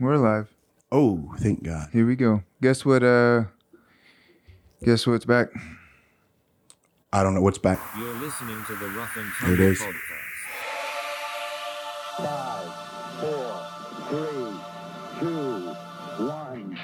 We're alive. Oh, thank God. Here we go. Guess what? Uh, guess what's back? I don't know what's back. You're listening to the Rough and There it Tumble is. podcast. Five, four, three, two, one.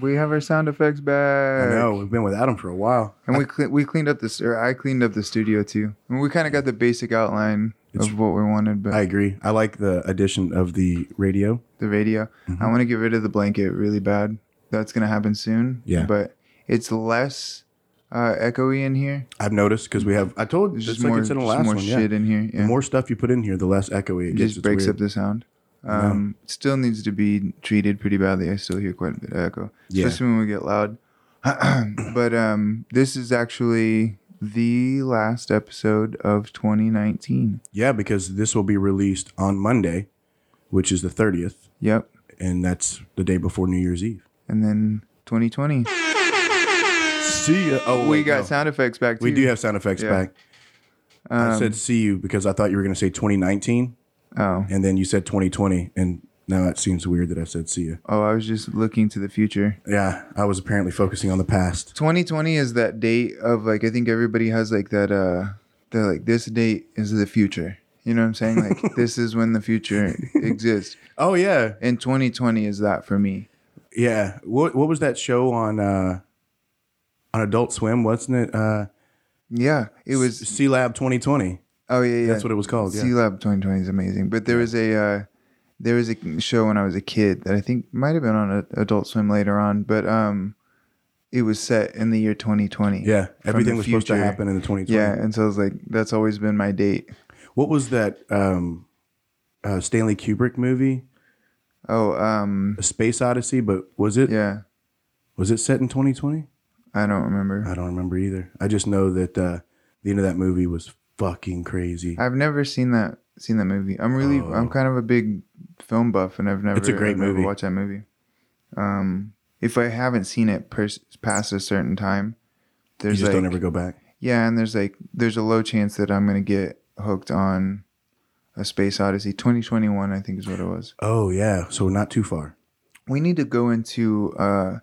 We have our sound effects back. I know we've been without him for a while. And we cle we cleaned up this, or I cleaned up the studio too. And we kind of got the basic outline It's- of what we wanted, but I agree. I like the addition of the radio. the radio. Mm-hmm. I want to get rid of the blanket really bad. That's gonna happen soon. Yeah. But it's less uh, echoey in here. I've noticed because we have. I told you, There's just just like more, it's in the just last more one. Yeah. shit in here. Yeah. The more stuff you put in here, the less echoey it, it gets. just breaks up The- the sound. Um, it Still needs to be treated pretty badly. I still hear quite a bit of echo, Yeah. especially when we get loud. but um, this is actually the last episode of 2019. yeah, because this will be released on Monday, which is the thirtieth, Yep. and that's the day before New Year's Eve. And then 2020. See ya. Oh, we wait, got no. sound effects back too. Um, We do have sound effects Yeah. back. I said see you because I thought you were going to say 2019, Oh, and then you said 2020, and now it seems weird that I said see you. oh, I was just looking to the future. Yeah, I was apparently focusing on the past. 2020 is that date of like I think everybody has like that uh they're like this date is the future. You know what I'm saying? Like this is when the future exists. Oh yeah, And 2020 is that for me. yeah. What what was that show on uh on Adult Swim? Wasn't it uh Yeah, it was. C Lab 2020? Oh yeah, yeah. That's what it was called. Yeah. C Lab 2020 is amazing. But there was a uh, there was a show when I was a kid that I think might have been on a, Adult Swim later on, but um, it was set in the year 2020. yeah, from everything the was supposed to future. happen in the 2020. Yeah, and so I was like, that's always been my date. What was that um uh Stanley Kubrick movie? Oh, um, A Space Odyssey, but was it yeah, was it set in 2020? I don't remember. I don't remember either. I just know that uh, the end of that movie was fucking crazy. I've never seen that seen that movie. I'm really Oh. I'm kind of a big film buff, and I've never It's a great I've never movie. Watched that movie. Um, if I haven't seen it pers- past a certain time, you there's just like don't ever go back. yeah, and there's like there's a low chance that I'm gonna get hooked on a Space Odyssey 2021. I think is what it was. Oh yeah, so not too far. We need to go into uh,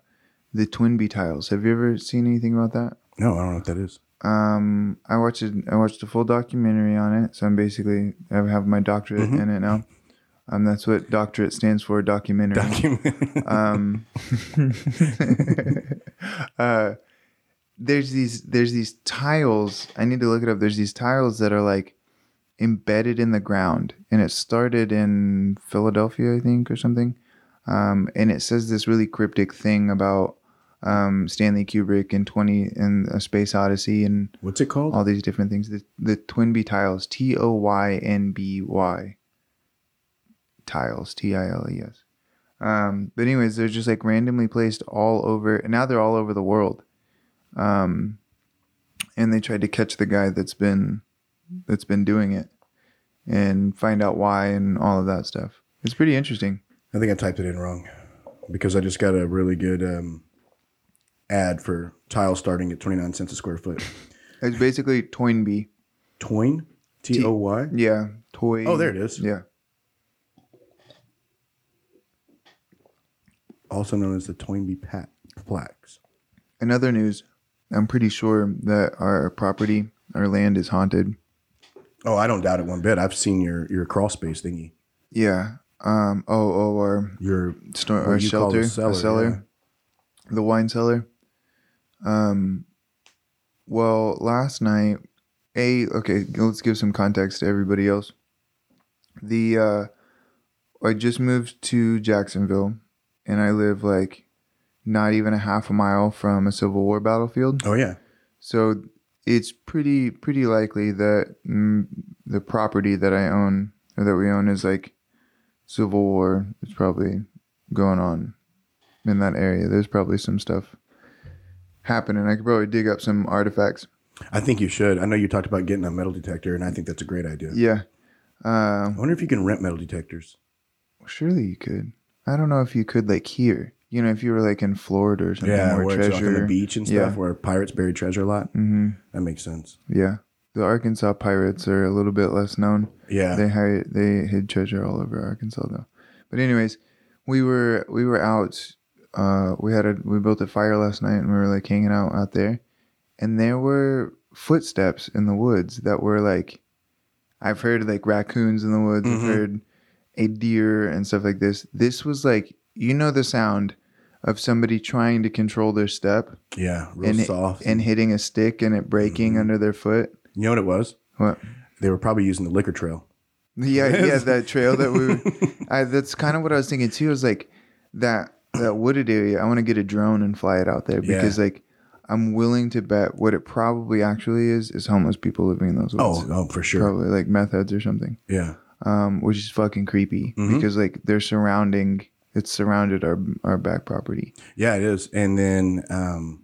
the Twinbee tiles. Have you ever seen anything about that? No, I don't know what that is. Um, I watched it. I watched a full documentary on it, so I'm basically I have my doctorate in it now. Um, that's what doctorate stands for, documentary. um, uh, there's these there's these tiles. I need to look it up. There's these tiles that are like embedded in the ground, and it started in Philadelphia, I think, or something. Um, and it says this really cryptic thing about um, Stanley Kubrick and Twenty and A Space Odyssey and What's it called? all these different things. The the Twinbee tiles, T O Y N B Y tiles, T I L E S. Um, but anyways, they're just like randomly placed all over, and now they're all over the world. Um, and they tried to catch the guy that's been that's been doing it, and find out why and all of that stuff. It's pretty interesting. I think I typed it in wrong because I just got a really good um, ad for tile starting at 29 cents a square foot. It's basically Toynbee. Toyn? T O Y? Yeah, toy. Oh, there it is. Yeah, Also known as the Toynbee Pat plaques. In other news, I'm pretty sure that our property, our land is haunted. Oh, I don't doubt it one bit. I've seen your your crawl space thingy. Yeah. Um. Oh. Oh. Our Your store. what Our you call shelter. the a cellar, cellar. The wine cellar. Um. Well, last night, a okay. Let's give some context to everybody else. The uh, I just moved to Jacksonville, and I live like not even a half a mile from a Civil War battlefield. Oh yeah. So it's pretty pretty likely that mm, the property that I own or that we own is like Civil War is probably going on in that area. There's probably some stuff happening. I could probably dig up some artifacts. I think you should. I know you talked about getting a metal detector, and I think that's a great idea. Yeah. Uh, I wonder if you can rent metal detectors. surely you could. I don't know if you could like here. you know, if you were like in Florida or something, Yeah, or where it's like on treasure. the beach and Yeah. stuff, where pirates bury treasure a lot. hmm That makes sense. Yeah, the Arkansas Pirates are a little bit less known. Yeah, They hid they hid treasure all over Arkansas though. But anyways, we were we were out. Uh, we had a we built a fire last night and we were like hanging out out there, and there were footsteps in the woods that were like, I've heard like raccoons in the woods. Mhm. I've heard a deer and stuff like this. This was like you know the sound of somebody trying to control their step yeah, real and it- soft. and hitting a stick and it breaking under their foot. you know what it was? What? They were probably using the liquor trail. Yeah, yeah, that trail that we. I, that's kind of what I was thinking too. Is like that that wooded area. I want to get a drone and fly it out there Yeah. because like I'm willing to bet what it probably actually is is homeless people living in those Oh, woods. oh, for sure. probably like meth heads or something. Yeah, Um, which is fucking creepy Mhm. because like they're surrounding. It's surrounded our our back property. yeah, it is. And then um,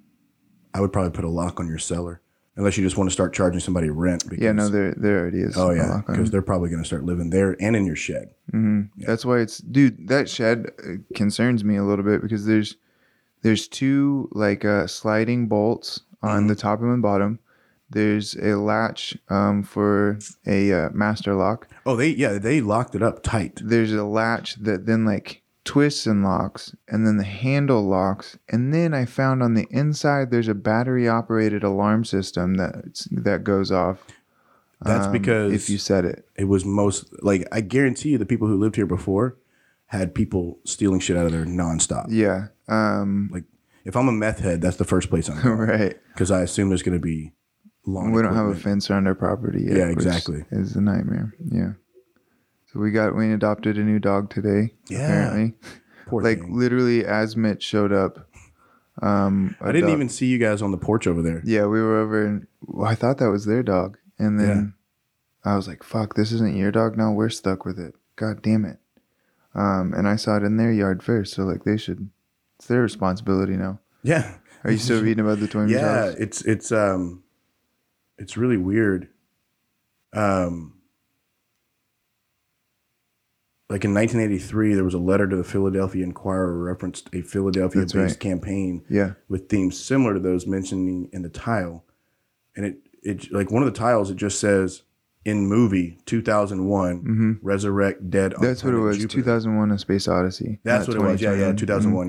I would probably put a lock on your cellar, unless you just want to start charging somebody rent. Because, Yeah, no, there there already is. oh a yeah, lock on it. because they're probably going to start living there and in your shed. hmm That's why it's dude. That shed uh, concerns me a little bit because there's there's two like uh, sliding bolts Mm-hmm. on the top and the bottom. There's a latch um, for a uh, master lock. Oh, they yeah, they locked it up tight. There's a latch that then like twists and locks, and then the handle locks. And then I found on the inside there's a battery operated alarm system that that goes off. That's um, because if you set it. it was most like I guarantee you the people who lived here before had people stealing shit out of there nonstop. Yeah. Um, Like if I'm a meth head, that's the first place I'm going right. because I assume there's going to be long. we don't have a equipment. fence around our property yet. Yeah, which exactly. Is a nightmare. Yeah. So we got we adopted a new dog today. Yeah. Apparently, Poor like thing. literally as Mitch showed up. Um, I didn't even see you guys on the porch over there. Yeah, we were over and well, I thought that was their dog, and then I was like, "Fuck, this isn't your dog. Now we're stuck with it. God damn it." Um, and I saw it in their yard first, so like they should. It's their responsibility now. Yeah, Are you still reading about the twin yeah. dogs? It's it's um, it's really weird. Um, like in 1983, there was a letter to the Philadelphia Inquirer referenced a Philadelphia-based right. campaign Yeah. with themes similar to those mentioning in the tile. And it it like one of the tiles it just says in movie 2001 Mhm. resurrect dead. on That's what it Oh, planet was. Jupiter." 2001: A Space Odyssey. That's not Mm-hmm. what it was. Yeah, yeah, 2021.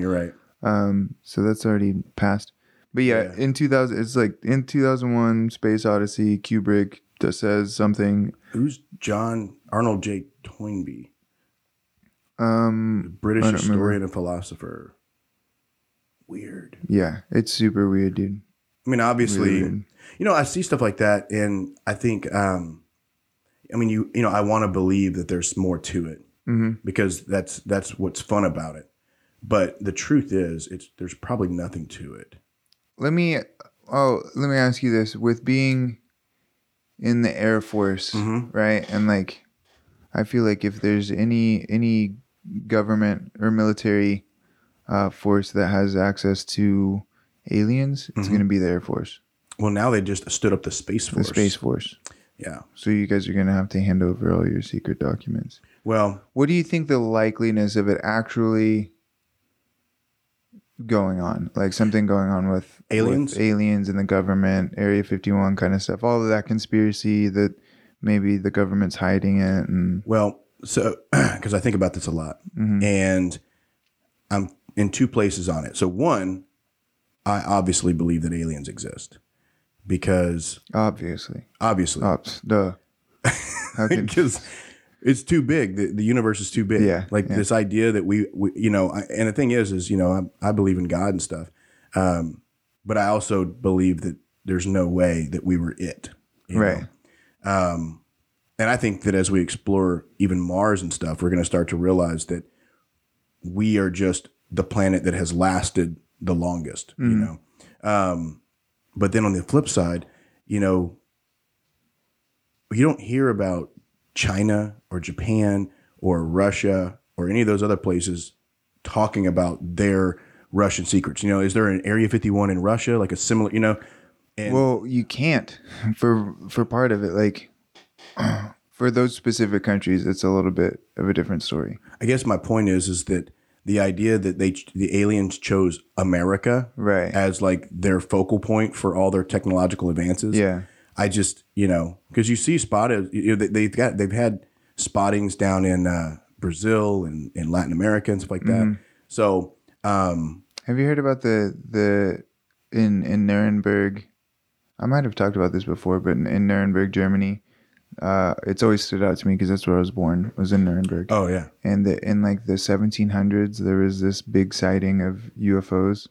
2001. You're right. Um, so that's already passed. But yeah, Yeah. in 2000, it's like in 2001, Space Odyssey, Kubrick that says something. Who's John Arnold J. Toynbee, Um, the British I don't remember. historian and philosopher? Weird. yeah, it's super weird, dude. I mean, Mm-hmm. obviously, Really weird. you know, I see stuff like that, and I think, um, I mean, you you know, I want to believe that there's more to it. Mhm. because that's that's what's fun about it. But the truth is, it's there's probably nothing to it. Let me, oh, let me ask you this: with being in the Air Force, Mhm. right, and like, I feel like if there's any any government or military uh, force that has access to aliens, it's going to be the Air Force, Well, now they just stood up the space the force. Space Force. yeah. So you guys are gonna have to hand over all your secret documents. Well, What do you think the likeliness of it actually going on? Like something going on with Aliens? with aliens and the government, Area Fifty One kind of stuff. All of that conspiracy that maybe the government's hiding it, and mm-hmm. well, so because I think about this a lot, and I'm in two places on it. So one, I obviously believe that aliens exist because obviously, obviously ops, duh. How can- because it's too big. The, the universe is too big. Yeah, Like yeah. this idea that we, we you know, I, and the thing is, is you know, I, I believe in God and stuff, um, but I also believe that there's no way that we were it. you know? Um, right? And I think that as we explore even Mars and stuff, we're going to start to realize that we are just the planet that has lasted the longest, Mm. you know. Um, but then on the flip side, you know, you don't hear about China or Japan or Russia or any of those other places talking about their Russian secrets. You know, is there an Area 51 in Russia, like a similar, you know? And Well, you can't for for part of it, like. For those specific countries, it's a little bit of a different story. I guess my point is is that the idea that they ch- the aliens chose America Right. as like their focal point for all their technological advances. Yeah. I just you know because you see spotted you know, they, they've got they've had spottings down in uh, Brazil and in Latin America and stuff like that. Mm-hmm. So um, Have you heard about the the in in Nuremberg? I might have talked about this before, but in, in Nuremberg, Germany, uh, it's always stood out to me because that's where I was born. Was in Nuremberg, oh yeah, and the, in like the 1700s, there was this big sighting of UFOs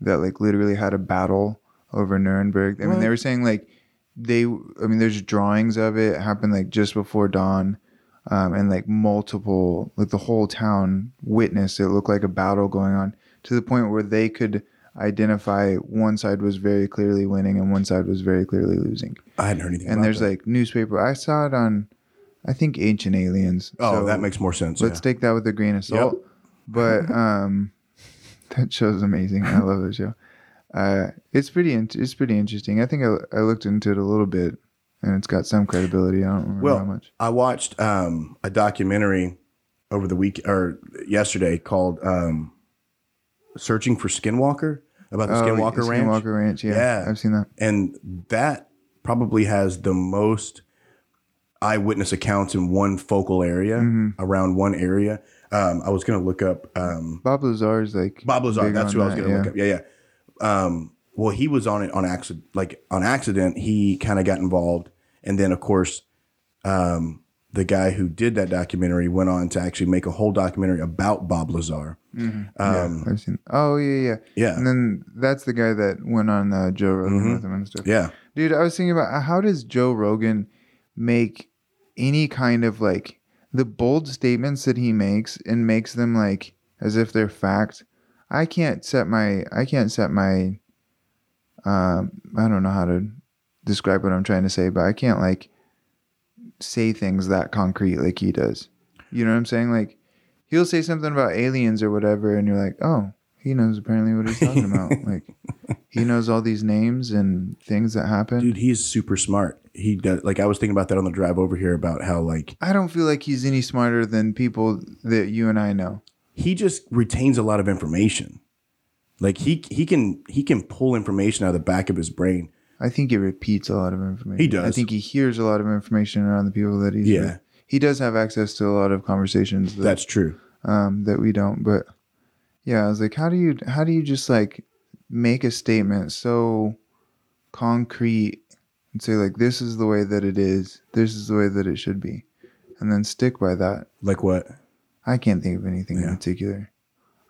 that like literally had a battle over Nuremberg. I mean, they were saying like they. I mean, there's drawings of it happened like just before dawn. Um, and like multiple, like the whole town witnessed it looked like a battle going on to the point where they could identify one side was very clearly winning and one side was very clearly losing. I hadn't heard anything. And about there's that. like newspaper. I saw it on, I think Ancient Aliens. oh So that makes more sense. let's take that with a grain of salt. But um, that show's amazing. I love that show. Uh, it's pretty. In- it's pretty interesting. I think I, I looked into it a little bit, and it's got some credibility. I don't remember well, how much. I watched um, a documentary over the week or yesterday called um, "Searching for Skinwalker" about uh, the Skinwalker Ranch, Oh, Skinwalker Ranch. Yeah, Yeah. I've seen that. and that probably has the most eyewitness accounts in one focal area Mm-hmm. around one area. Um, I was going to look up um, Bob Lazar's like Bob Lazar. big That's on who I was that, going to look up. Yeah, yeah. Um, well, he was on it on accident. Like on accident, he kind of got involved, and then of course, um, the guy who did that documentary went on to actually make a whole documentary about Bob Lazar. Um, mm-hmm. Yeah, I've seen. Oh yeah, yeah, Yeah. And then that's the guy that went on uh, Joe Rogan Mm-hmm. with him and stuff. yeah. Dude, I was thinking about uh, how does Joe Rogan make any kind of like the bold statements that he makes and makes them like as if they're fact. I can't set my I can't set my um I don't know how to describe what I'm trying to say, but I can't like say things that concrete like he does. You know what I'm saying? Like he'll say something about aliens or whatever and you're like, "Oh, he knows apparently what he's talking about." like he knows all these names and things that happen. Dude, he's super smart. He does. Like I was thinking about that on the drive over here about how like I don't feel like he's any smarter than people that you and I know. he just retains a lot of information. Like he he can he can pull information out of the back of his brain. I think he repeats a lot of information. He does. I think he hears a lot of information around the people that he's Yeah. with. He does have access to a lot of conversations that That's true. um, that we don't. But yeah, I was like, how do you how do you just like make a statement so concrete and say like this is the way that it is, this is the way that it should be, and then stick by that. Like what? I can't think of anything Yeah. in particular.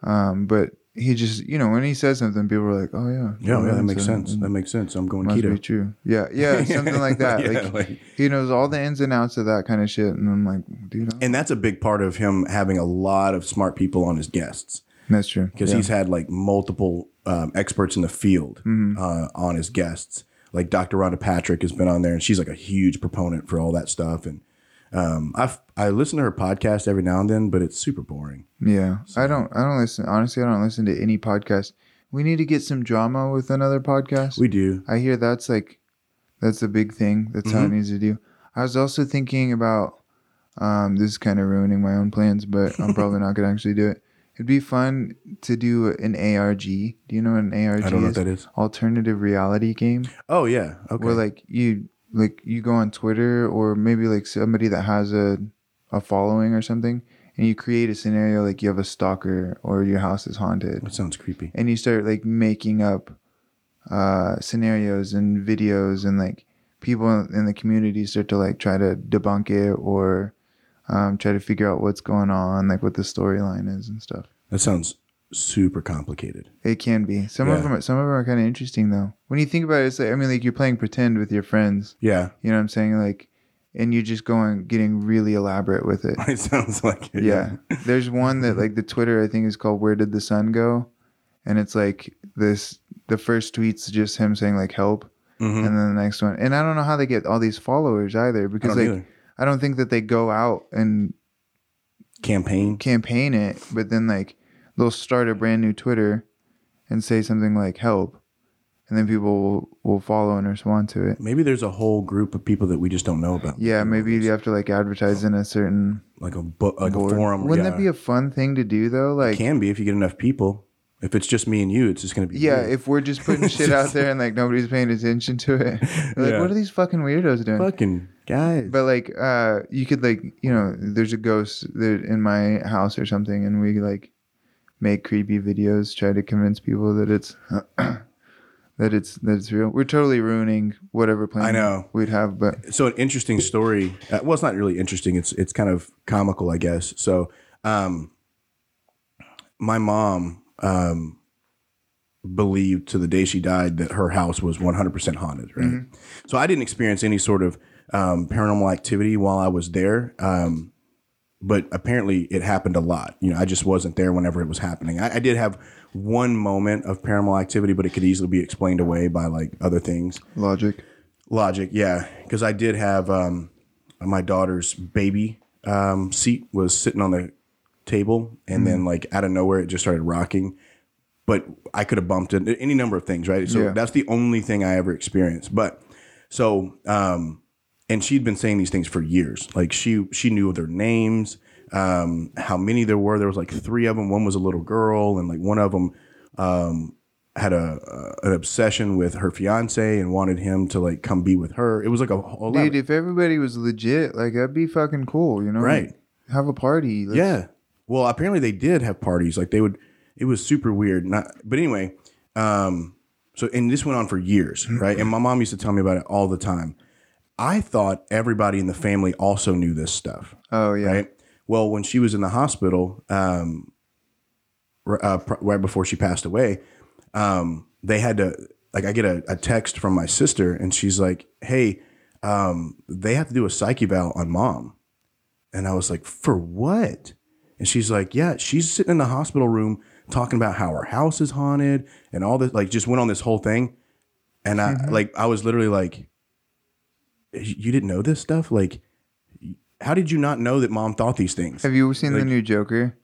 Um, but he just, you know, when he says something, people are like, "Oh yeah, Yeah, yeah, that makes so- sense. That makes sense. I'm going Must keto. be true. Yeah, yeah, something like that. Yeah, like, like- he knows all the ins and outs of that kind of shit, and I'm like, dude, I- and that's a big part of him having a lot of smart people on his guests that's true. because yeah. he's had like multiple um, experts in the field Mm-hmm. uh, on his guests. Like Dr. Rhonda Patrick has been on there, and she's like a huge proponent for all that stuff. And um, I've I listen to her podcast every now and then, but it's super boring. yeah. I don't, I don't listen. Honestly, I don't listen to any podcast. We need to get some drama with another podcast. We do. I hear that's like that's a big thing. That's how it Mm-hmm. needs to do. I was also thinking about um, this is kind of ruining my own plans, but I'm probably not gonna actually do it. It'd be fun to do an ARG. Do you know what an ARG I don't know is? what that is. Alternative reality game Oh yeah. Okay. where like you like you go on Twitter or maybe like somebody that has a a following or something and you create a scenario like you have a stalker or your house is haunted that sounds creepy. and you start like making up uh, scenarios and videos and like people in the community start to like try to debunk it or um, try to figure out what's going on like what the storyline is and stuff That sounds super complicated. it can be some of Yeah. them are, some of them are kind of interesting though when you think about it it's like i mean like you're playing pretend with your friends Yeah. you know what i'm saying like and you're just going getting really elaborate with it It sounds like it. yeah. There's one that like the Twitter I think is called Where Did the Sun Go? And it's like this the first tweet's just him saying like help Mhm. and then the next one. And I don't know how they get all these followers either because don't like either. I don't think that they go out and Campaign. campaign it, but then like they'll start a brand new Twitter and say something like help and then people will, will follow and respond to it. Maybe there's a whole group of people that we just don't know about. Yeah, maybe you have to like advertise in a certain like a bu- Oh, like board. a forum. Wouldn't yeah. that be a fun thing to do though? Like, can be if you get enough people. If it's just me and you, it's just going to be yeah, weird. if we're just putting shit out there and like nobody's paying attention to it, like Yeah. what are these fucking weirdos doing? fucking guys. But like, uh, you could like, you know, there's a ghost that in my house or something, and we like make creepy videos, try to convince people that it's that it's that it's real. We're totally ruining whatever plan I know. we'd have, but so an interesting story. Uh, well, it's not really interesting. It's it's kind of comical, I guess. So, um, my mom um, believed to the day she died that her house was 100% haunted. Right. So I didn't experience any sort of um, paranormal activity while I was there. Um, but apparently it happened a lot. You know, I just wasn't there whenever it was happening. I, I did have one moment of paranormal activity, but it could easily be explained away by like other things logic. logic yeah because i did have um my daughter's baby um seat was sitting on the table and then like out of nowhere it just started rocking but i could have bumped it any number of things right so Yeah. that's the only thing i ever experienced but so um and she'd been saying these things for years like she she knew their names um how many there were there was like three of them one was a little girl and like one of them had a uh, an obsession with her fiance and wanted him to like come be with her. It was like a whole lot. Dude, if everybody was legit, like that'd be fucking cool, you know? Right. Have a party. Let's- yeah. Well, apparently they did have parties. Like they would. It was super weird. Not, but anyway. Um. So and this went on for years, right? And my mom used to tell me about it all the time. I thought everybody in the family also knew this stuff. Oh yeah. right? Well, when she was in the hospital, um, r- uh, pr- right before she passed away, um, they had to like I get a, a text from my sister, and she's like, "Hey, um, they have to do a psych eval on mom," and I was like, "For what?" And she's like, "Yeah, she's sitting in the hospital room talking about how her house is haunted and all this." Like, just went on this whole thing, and I Mm-hmm. like I was literally like, "You didn't know this stuff? Like, how did you not know that mom thought these things?" Have you seen the Like- new Joker?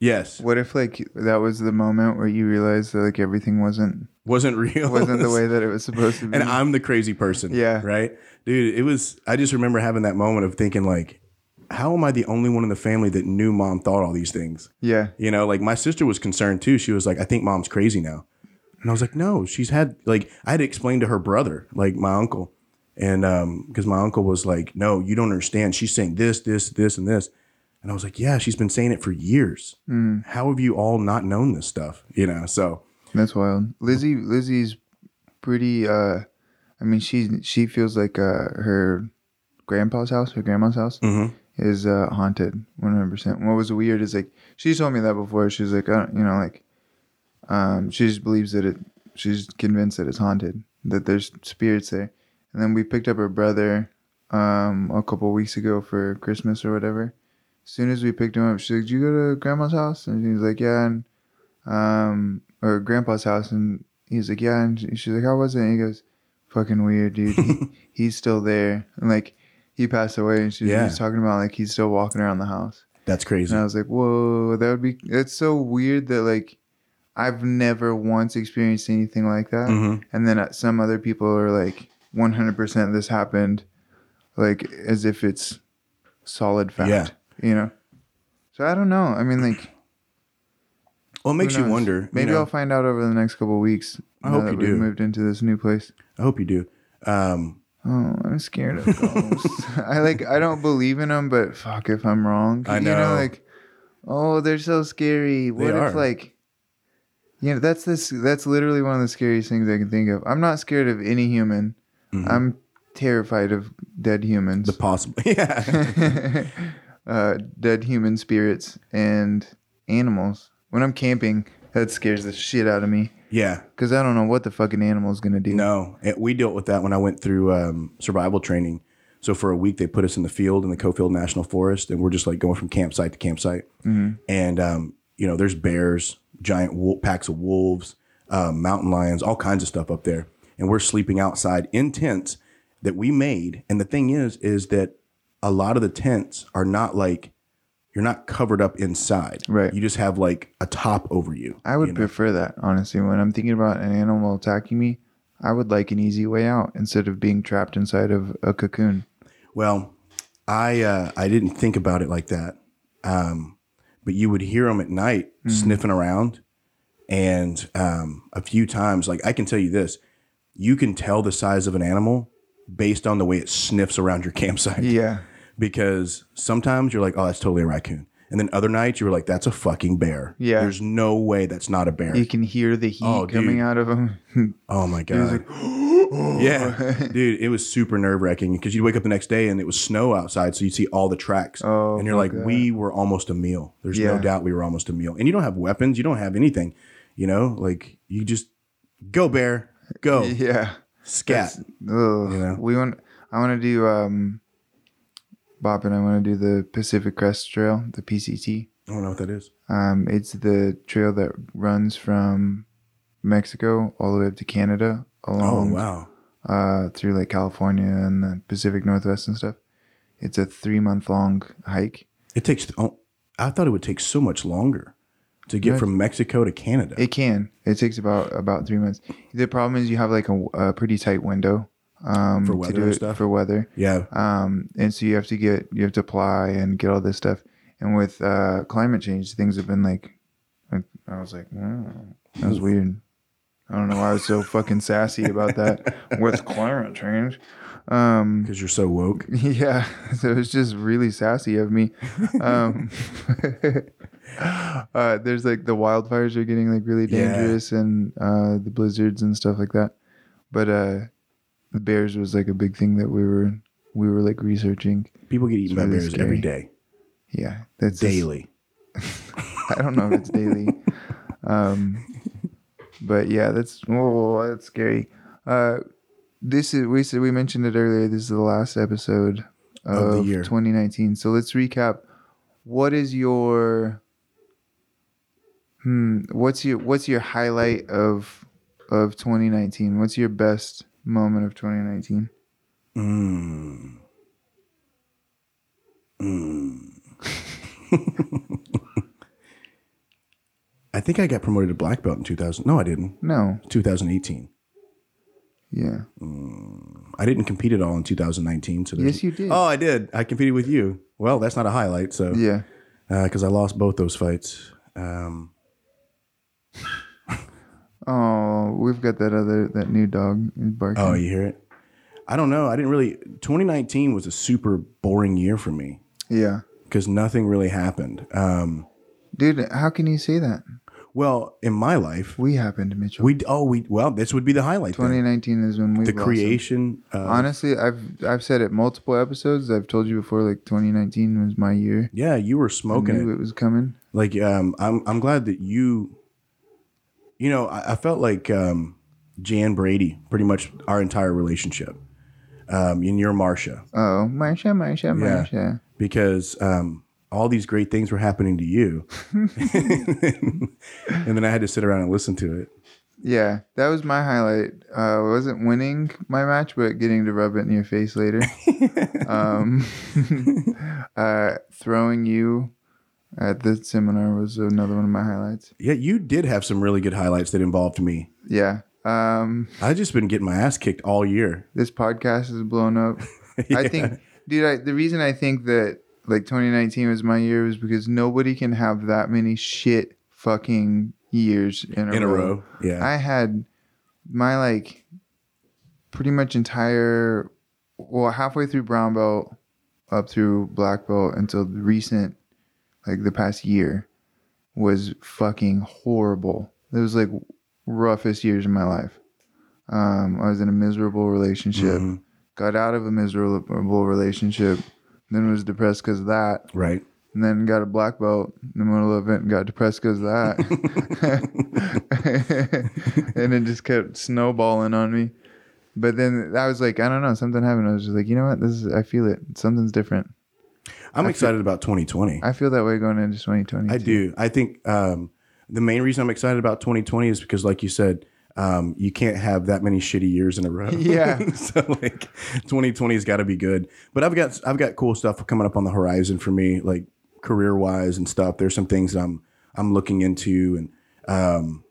yes, What if like that was the moment where you realized that like everything wasn't wasn't real. wasn't the way that it was supposed to be? Oh, and I'm the crazy person. Yeah. Right. Dude, it was, I just remember having that moment of thinking, like, how am I the only one in the family that knew mom thought all these things? yeah. You know, like my sister was concerned too. She was like, I think mom's crazy now. And I was like, no, she's had, like, I had to explain to her brother, like my uncle. And um, because my uncle was like, no, you don't understand. She's saying this, this, this, and this. And I was like, yeah, she's been saying it for years. Mm, How have you all not known this stuff? You know, so That's wild. Lizzie Lizzie's pretty uh I mean she she feels like uh her grandpa's house, her grandma's house is uh haunted one hundred percent. What was weird is like she told me that before. She's like, I don't, you know, like um she just believes that it she's convinced that it's haunted, that there's spirits there. And then we picked up her brother um a couple weeks ago for Christmas or whatever. As soon as we picked him up, she's like, Did you go to grandma's house? And he was like, Yeah, and um, or grandpa's house, and he's like, yeah, and she- she's like, how was it? And he goes, fucking weird, dude. He, he's still there, and like, he passed away, and she's Yeah. was talking about like he's still walking around the house, that's crazy. and I was like, whoa, that would be. It's so weird that like, I've never once experienced anything like that, Mhm. and then uh, some other people are like, one hundred percent, this happened, like as if it's solid fact, Yeah. you know. So I don't know. I mean, like. Well, it makes Who you knows? wonder. you Maybe know? I'll find out over the next couple of weeks. I now hope that you we've do. Moved into this new place. I hope you do. Um, Oh, I'm scared of ghosts. I like. I don't believe in them, but fuck if I'm wrong. 'Cause, I You know, know. like, oh, they're so scary. What They if are. like, you know, that's this. That's literally one of the scariest things I can think of. I'm not scared of any human. I'm terrified of dead humans. the possible, yeah, uh, dead human spirits and animals. When I'm camping, that scares the shit out of me. yeah. Because I don't know what the fucking animal's gonna do. No, it- we dealt with that when I went through um, survival training. So for a week, they put us in the field in the Cofield National Forest, and we're just like going from campsite to campsite. Mm-hmm. And um, you know, there's bears, giant wolf, packs of wolves, uh, mountain lions, all kinds of stuff up there. And we're sleeping outside in tents that we made. And the thing is, is that a lot of the tents are not like you're not covered up inside. Right. You just have like a top over you. I would you know? prefer that honestly. When I'm thinking about an animal attacking me, I would like an easy way out instead of being trapped inside of a cocoon. Well, I uh, I didn't think about it like that, um, but you would hear them at night Hmm. sniffing around, and um, a few times, like I can tell you this, you can tell the size of an animal based on the way it sniffs around your campsite. Yeah. Because sometimes you're like, oh, that's totally a raccoon, and then other nights you were like, that's a fucking bear. Yeah. there's no way that's not a bear. You can hear the heat Oh, dude. coming out of them. Oh my god. yeah, dude, it was super nerve wracking because you'd wake up the next day and it was snow outside, so you'd see all the tracks, Oh, and you're my like, God. we were almost a meal. There's no Yeah. doubt we were almost a meal, and you don't have weapons, you don't have anything, you know, like you just go bear, go yeah. scat. Ugh. You know? We want. I want to do. Um, Bob and I want to do the Pacific Crest Trail, the PCT. I don't know what that is. Um, it's the trail that runs from Mexico all the way up to Canada, Oh along wow, uh, through like California and the Pacific Northwest and stuff. It's a three month long hike. it takes. Oh, I thought it would take so much longer to get Yeah. from Mexico to Canada. It can. It takes about about three months. The problem is you have like a, a pretty tight window um, For to weather do and it stuff? for weather. yeah, um, and so you have to get you have to apply and get all this stuff. And with uh, climate change, things have been like, I, I was like, "Mm, that was weird. I don't know why I was so fucking sassy about that with climate change. Um, because you're so woke. yeah, so it was just really sassy of me. Um, uh, there's like the wildfires are getting like really Yeah. dangerous and uh, the blizzards and stuff like that. But uh, the bears was like a big thing that we were we were like researching. People get eaten by It's really bears scary. every day, Yeah, that's just- daily. I don't know if it's daily. Um, but yeah, that's oh, that's scary. Uh, this is we said we mentioned it earlier. This is the last episode of, Of the year. 2019. So let's recap. What is your hmm? What's your what's your highlight of of 2019? What's your best moment of 2019? Mm. Mm. I think I got promoted to black belt in 2000. No, I didn't. No, 2018. yeah, I didn't compete at all in 2019. So there's- Yes, you did. Oh, I did. I competed with you. Well, that's not a highlight. So yeah. because I lost both those fights. Um, Oh, we've got that other that new dog barking. oh, you hear it? I don't know. I didn't really. 2019 was a super boring year for me yeah, because nothing really happened. Um, dude. How can you say that? well, in my life, We happened, Mitchell. We oh we well this would be the highlight. then. 2019 is when we The blossomed. creation. Of, Honestly, I've I've said it multiple episodes. I've told you before, like 2019 was my year. yeah, you were I smoking knew it. it was coming. Like um, I'm I'm glad that you. You know, I, I felt like um, Jan Brady pretty much our entire relationship. Um, and you're Marsha Oh, Marsha, Marsha, Yeah. Marsha. because um, all these great things were happening to you, and then I had to sit around and listen to it. Yeah, that was my highlight. Uh, I wasn't winning my match, but getting to rub it in your face later. um, uh, throwing you at the seminar was another one of my highlights. Yeah, you did have some really good highlights that involved me. Yeah. Um, I just been getting my ass kicked all year. this podcast is blown up. I Yeah. think, dude, I, the reason I think that like 2019 was my year was because nobody can have that many shit fucking years in a, in a row. row. Yeah, I had my like pretty much entire, well, halfway through brown belt up through black belt until the recent, like the past year was fucking horrible. It was like roughest years in my life. Um, I was in a miserable relationship Mhm. got out of a miserable relationship, then was depressed because of that, Right. and then got a black belt in the middle of it and got depressed because of that. and it just kept snowballing on me. But then I was like, I don't know, something happened. I was just like, you know what? This is, I feel it. Something's different. I'm excited about 2020. I, I feel that way going into 2020. too. do. I think um, the main reason I'm excited about 2020 is because, like you said, um, you can't have that many shitty years in a row. Yeah. so like, 2020's got to be good. But I've got I've got cool stuff coming up on the horizon for me, like career wise and stuff. There's some things I'm I'm looking into, and um,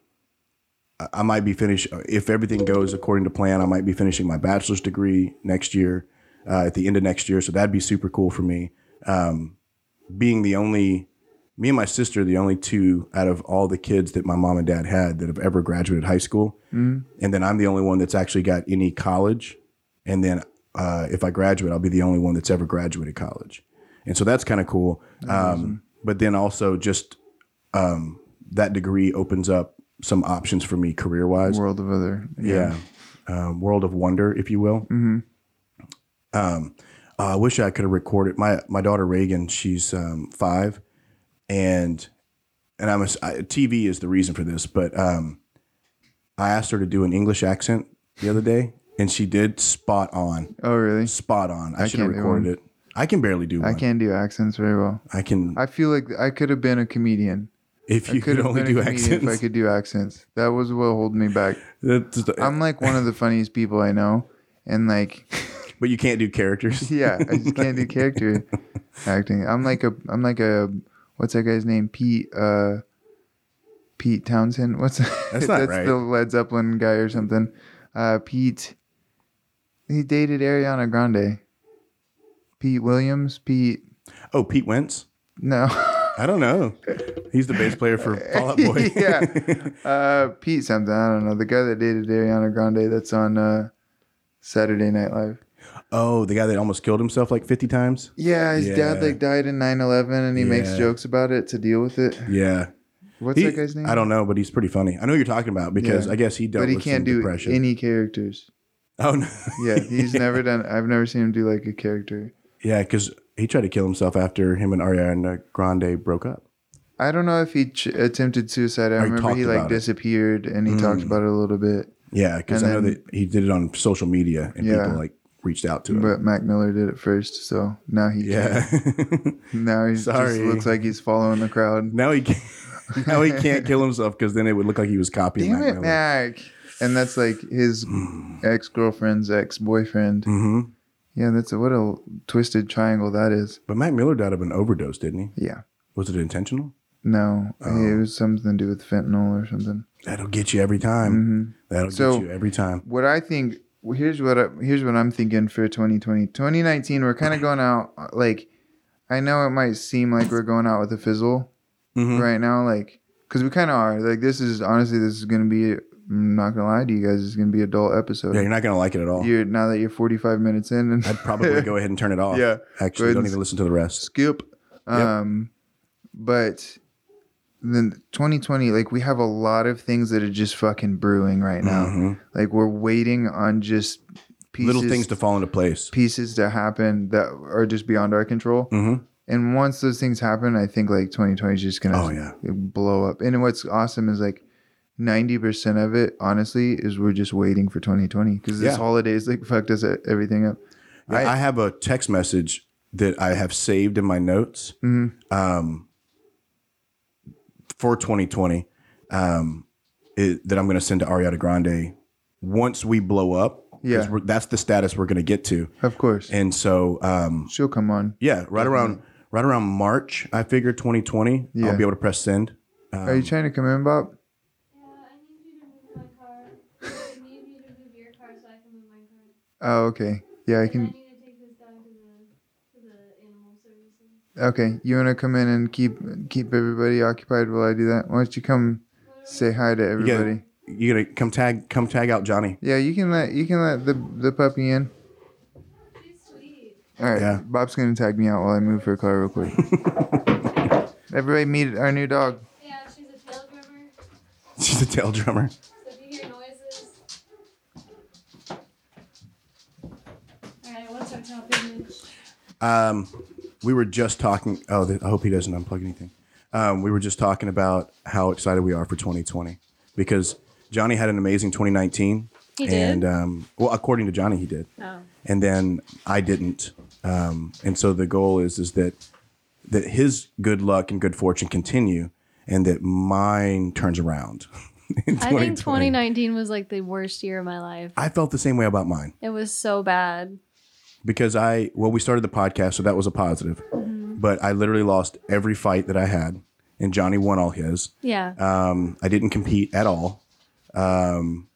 I- I might be finished if everything goes according to plan. I might be finishing my bachelor's degree next year, uh, at the end of next year. So that'd be super cool for me. Um, being the only, me and my sister, are the only two out of all the kids that my mom and dad had that have ever graduated high school, and then I'm the only one that's actually got any college. And then uh, if I graduate, I'll be the only one that's ever graduated college, and so that's kind of cool. Um, but then also just um, that degree opens up some options for me career wise. World of other. Yeah. Um, world of wonder, if you will. Mhm. Um, uh, I wish I could have recorded my, my daughter Reagan, she's, um, five and, and I'm a, s- I- TV is the reason for this, but, um, I asked her to do an English accent the other day and she did spot on, Oh, really? spot on. I, should have can't do recorded it. I can barely do one. I can't do accents very well. I can, I feel like I could have been a comedian. if I you could have only been a do comedian accents. If I could do accents, that was what holding me back. That's the- I'm like one of the funniest people I know, and like, but you can't do characters. yeah, I just can't do character acting. I'm like a, I'm like a, what's that guy's name? Pete, uh, Pete Townsend. What's That's not that's right. the Led Zeppelin guy or something. Uh, Pete. He dated Ariana Grande. Pete Williams. Pete. Oh, Pete Wentz. No. I don't know. He's the bass player for Fall Out Boy. Yeah. uh, Pete something. I don't know. The guy that dated Ariana Grande that's on uh, Saturday Night Live. Oh, the guy that almost killed himself like 50 times. Yeah, his dad Yeah. like died in 9-11 and he makes Yeah. jokes about it to deal with it. Yeah. What's He- that guy's name? I don't know, but he's pretty funny. I know who you're talking about because Yeah. I guess he dealt But he with can't some do depression. any characters. oh no. Yeah, he's never done. I've never seen him do like a character. yeah, because he tried to kill himself after him and Ariana Grande broke up. I don't know if he ch- attempted suicide. I he remember talked he like about it. Mm. disappeared and he talked about it a little bit, Yeah, because And I know then- that he did it on social media and Yeah. people like reached out to him. but Mac Miller did it first, so now he yeah. yeah. now he just Sorry. looks like he's following the crowd. now he can't, now he can't kill himself because then it would look like he was copying. Damn Mac it, Miller. Mm. Mac. And that's like his ex girlfriend's ex boyfriend. Mhm. Yeah, that's a, what a twisted triangle that is. But Mac Miller died of an overdose, didn't he? Yeah. Was it intentional? No, Oh. it was something to do with fentanyl or something. That'll get you every time. That'll Mm-hmm. So- get you every time. What I think well, here's what I, here's what I'm thinking for 2020, 2019. We're kind of going out uh, like I know it might seem like we're going out with a fizzle Mhm. right now, like because we kind of are. Like this is honestly, this is gonna be. I'm not gonna lie to you guys. It's gonna be a dull episode. Yeah, you're not gonna like it at all. you're now that you're 45 minutes in and I'd probably go ahead and turn it off. Yeah. Actually, Go ahead don't and- even listen to the rest. skip um but then 2020 like we have a lot of things that are just fucking brewing right now Mhm. like we're waiting on just pieces Little things to fall into place. pieces to happen that are just beyond our control Mhm. and once those things happen i think like 2020 is just gonna Oh, yeah. blow up and what's awesome is like 90% of it honestly is we're just waiting for 2020 because this Yeah. holidays like fucked us e-, everything up Yeah, I, have a text message that I have saved in my notes Mm-hmm. um, for 2020 um, it, that I'm going to send to Ariana Grande once we blow up. 'cause Yeah. we're- that's the status we're going to get to. of course And so, um, she'll come on yeah, right around right around March, I figure 2020, Yeah. I'll be able to press send. Um, Are you trying to come in, Bob? Yeah, I need you to move my car. I need you to move your car so I can move my car. Oh, okay. Yeah, I And I can. need to take this dog to the to the animal services. Okay, you want to come in and keep keep everybody occupied while I do that? Why don't you come say hi to you gotta- everybody? you gotta come tag come tag out Johnny. Yeah, you can let you can let the the puppy in. She's sweet. All right. Yeah. Bob's gonna tag me out while I move her car real quick. everybody, meet our new dog. Yeah, she's a tail drummer. She's a tail drummer. So if you hear noises. Alright, what's our top image? Um, we were just talking. Oh, th- I hope he doesn't unplug anything. Um, we were just talking about how excited we are for 2020 because Johnny had an amazing 2019. He did? And um, well, according to Johnny, he did. Oh. And then I didn't. Um, and so the goal is is that that his good luck and good fortune continue, and that mine turns around. in I 2020. think 2019 was like the worst year of my life. I felt the same way about mine. It was so bad. because I well we started the podcast so that was a positive, Mm-hmm. but I literally lost every fight that I had, and Johnny won all his. Yeah. Um, I didn't compete at all. Um,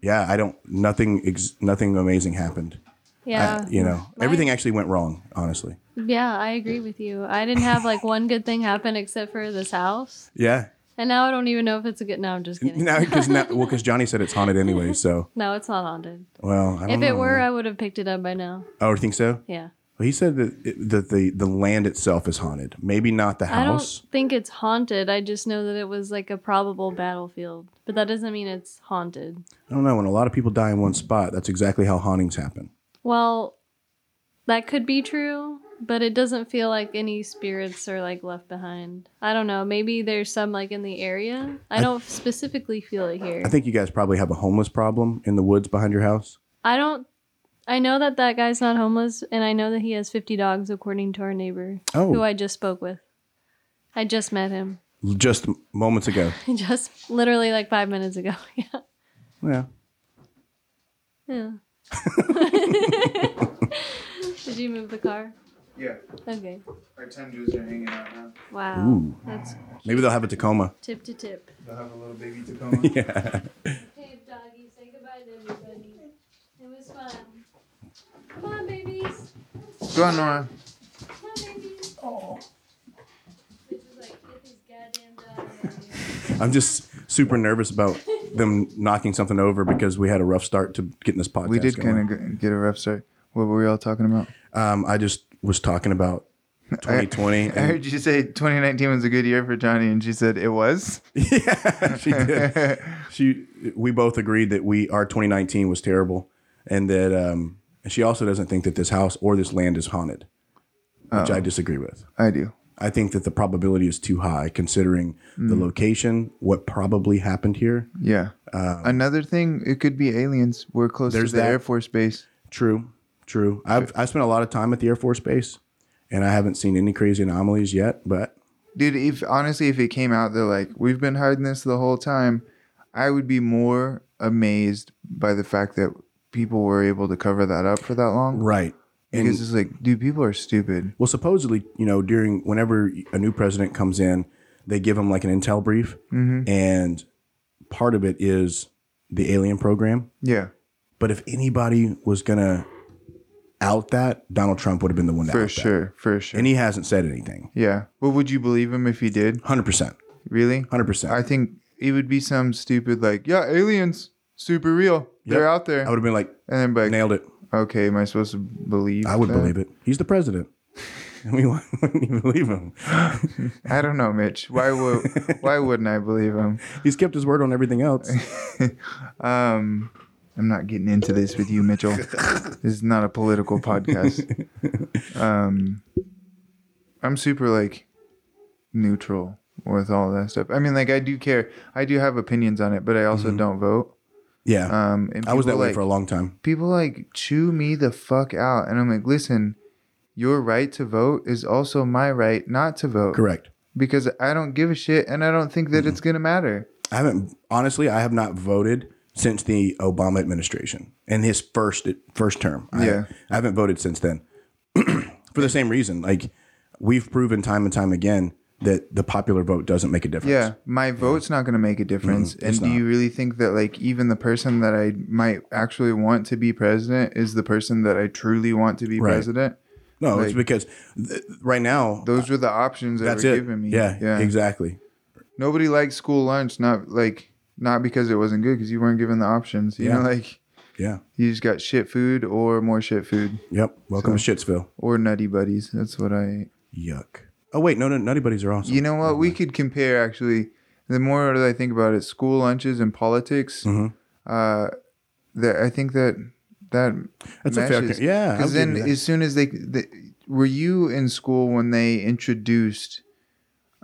yeah, I don't. Nothing. Ex- nothing amazing happened. Yeah. I- you know, Mine- everything actually went wrong. Honestly. Yeah, I agree with you. I didn't have like one good thing happen except for this house. Yeah. And now I don't even know if it's a good. No, I'm just kidding. Now, because now, well, because Johnny said it's haunted anyway. So, No, it's not haunted. well, I don't If it know. were, I would have picked it up by now. oh, you think so? Yeah. Well, he said that it, that the the land itself is haunted. Maybe not the I don't house. think it's haunted. I just know that it was like a probable battlefield. But that doesn't mean it's haunted. I don't know. When a lot of people die in one spot, that's exactly how hauntings happen. Well, that could be true, but it doesn't feel like any spirits are like left behind. I don't know. Maybe there's some like in the area. I don't specifically feel it here. I think you guys probably have a homeless problem in the woods behind your house. I don't. I know that that guy's not homeless, and I know that he has 50 dogs, according to our neighbor, Oh. who I just spoke with. I just met him. Just moments ago. Just literally like five minutes ago. yeah. Yeah. Yeah. Did you move the car? Yeah, Okay. our tendrils are hanging out now. Wow. Ooh. That's Maybe they'll have a Tacoma. tip to tip. They'll have a little baby Tacoma. Yeah. Hey, doggy, say goodbye to everybody. It was fun. Come on, babies. Go on, Nora. Come on, babies. Oh. This is like, get these goddamn dogs out of here. I'm just super nervous about them knocking something over because we had a rough start to getting this podcast. We did going. kind of get a rough start. What were we all talking about? Um, I just was talking about 2020. I heard you say 2019 was a good year for Johnny, and she said it was. yeah, she did. She, we both agreed that we our 2019 was terrible, and that um, and she also doesn't think that this house or this land is haunted, which I disagree with. I do. I think that the probability is too high considering the location, what probably happened here. Yeah. Another thing, it could be aliens. We're close to the Um, There's that. Air Force Base. True, true. I've I spent a lot of time at the Air Force Base, and I haven't seen any crazy anomalies yet. But Dude, if honestly, if it came out, they're like, we've been hiding this the whole time, I would be more amazed by the fact that people were able to cover that up for that long. right, and Because it's like, dude, people are stupid. Well, supposedly, you know, during whenever a new president comes in, they give him like an intel brief, and part of it is the alien program. Yeah, But if anybody was gonna out that, Donald Trump would have been the one to out for that. sure, for sure. and he hasn't said anything. yeah, but would you believe him if he did? Hundred percent, Really? hundred I percent. think it would be some stupid like, yeah, aliens, super real. They're out there. I would have been like, and then be like, nailed it. okay, am I supposed to believe? I would that? believe it. He's the president. And we wouldn't even believe him. I don't know, Mitch. Why would why wouldn't I believe him? He's kept his word on everything else. Um, I'm not getting into this with you, Mitchell. this is not a political podcast. Um, I'm super like neutral with all that stuff. I mean, like I do care. I do have opinions on it, but I also don't vote. Yeah, Um, and Mm-hmm. I was that people, way like, for a long time. people like chew me the fuck out and i'm like listen your right to vote is also my right not to vote Correct. Mm-hmm. because i don't give a shit and i don't think that it's gonna matter I haven't honestly. I have not voted since the Obama administration and his first first term. I- Yeah. I, haven't voted since then for the same reason. Like we've proven time and time again that the popular vote doesn't make a difference. yeah my vote's not gonna make a difference Mm-hmm. and do you really think that like even the person that i might actually want to be president is the person that i truly want to be Right. president no, it's like- because th- right now those were the options that that's were it. given me Yeah, yeah exactly. nobody liked school lunch not like not because it wasn't good because you weren't given the options you Yeah. know like Yeah, you just got shit food or more shit food yep. Welcome to Shitsville. or Nutty Buddies. That's what I ate. Yuck. Oh wait, no, no, Nutty Buddies are awesome. You know what? We Mm-hmm. could compare actually. The more that I think about it, school lunches and politics. Mm-hmm. Uh, that I think that that That's a fair co- yeah, I Because would then, give you that. as soon as they, the were you in school when they introduced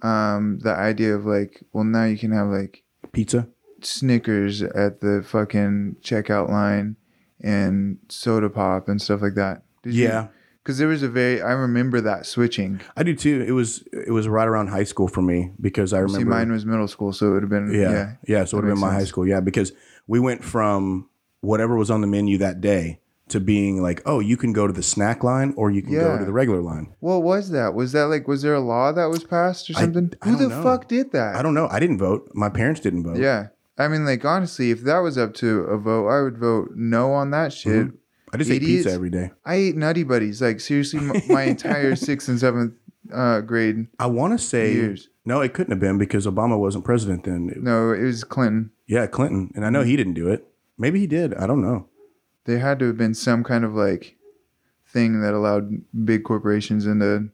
um the idea of like, well, now you can have like Pizza. Snickers at the fucking checkout line and soda pop and stuff like that. Did Yeah. Because there was a very, I remember that switching. I do too. It was it was right around high school for me because I remember See, mine was middle school, so it would have been, yeah. Yeah. Yeah. so it would have been makes my high sense. school. Yeah. Because we went from whatever was on the menu that day to being like, oh, you can go to the snack line or you can go Yeah. to the regular line. What was that? Was that like, was there a law that was passed or I- something? I Who don't the know. fuck did that? I don't know. I didn't vote. My parents didn't vote. Yeah. I mean, like honestly, if that was up to a vote, I would vote no on that shit. I just eat Idiots. pizza every day. I ate Nutty Buddies like seriously my, my entire sixth and seventh uh, grade I want to say years. no, it couldn't have been because Obama wasn't president then. It- No, it was Clinton. Yeah, Clinton, and I know he didn't do it. Maybe he did. I don't know. There had to have been some kind of like thing that allowed big corporations into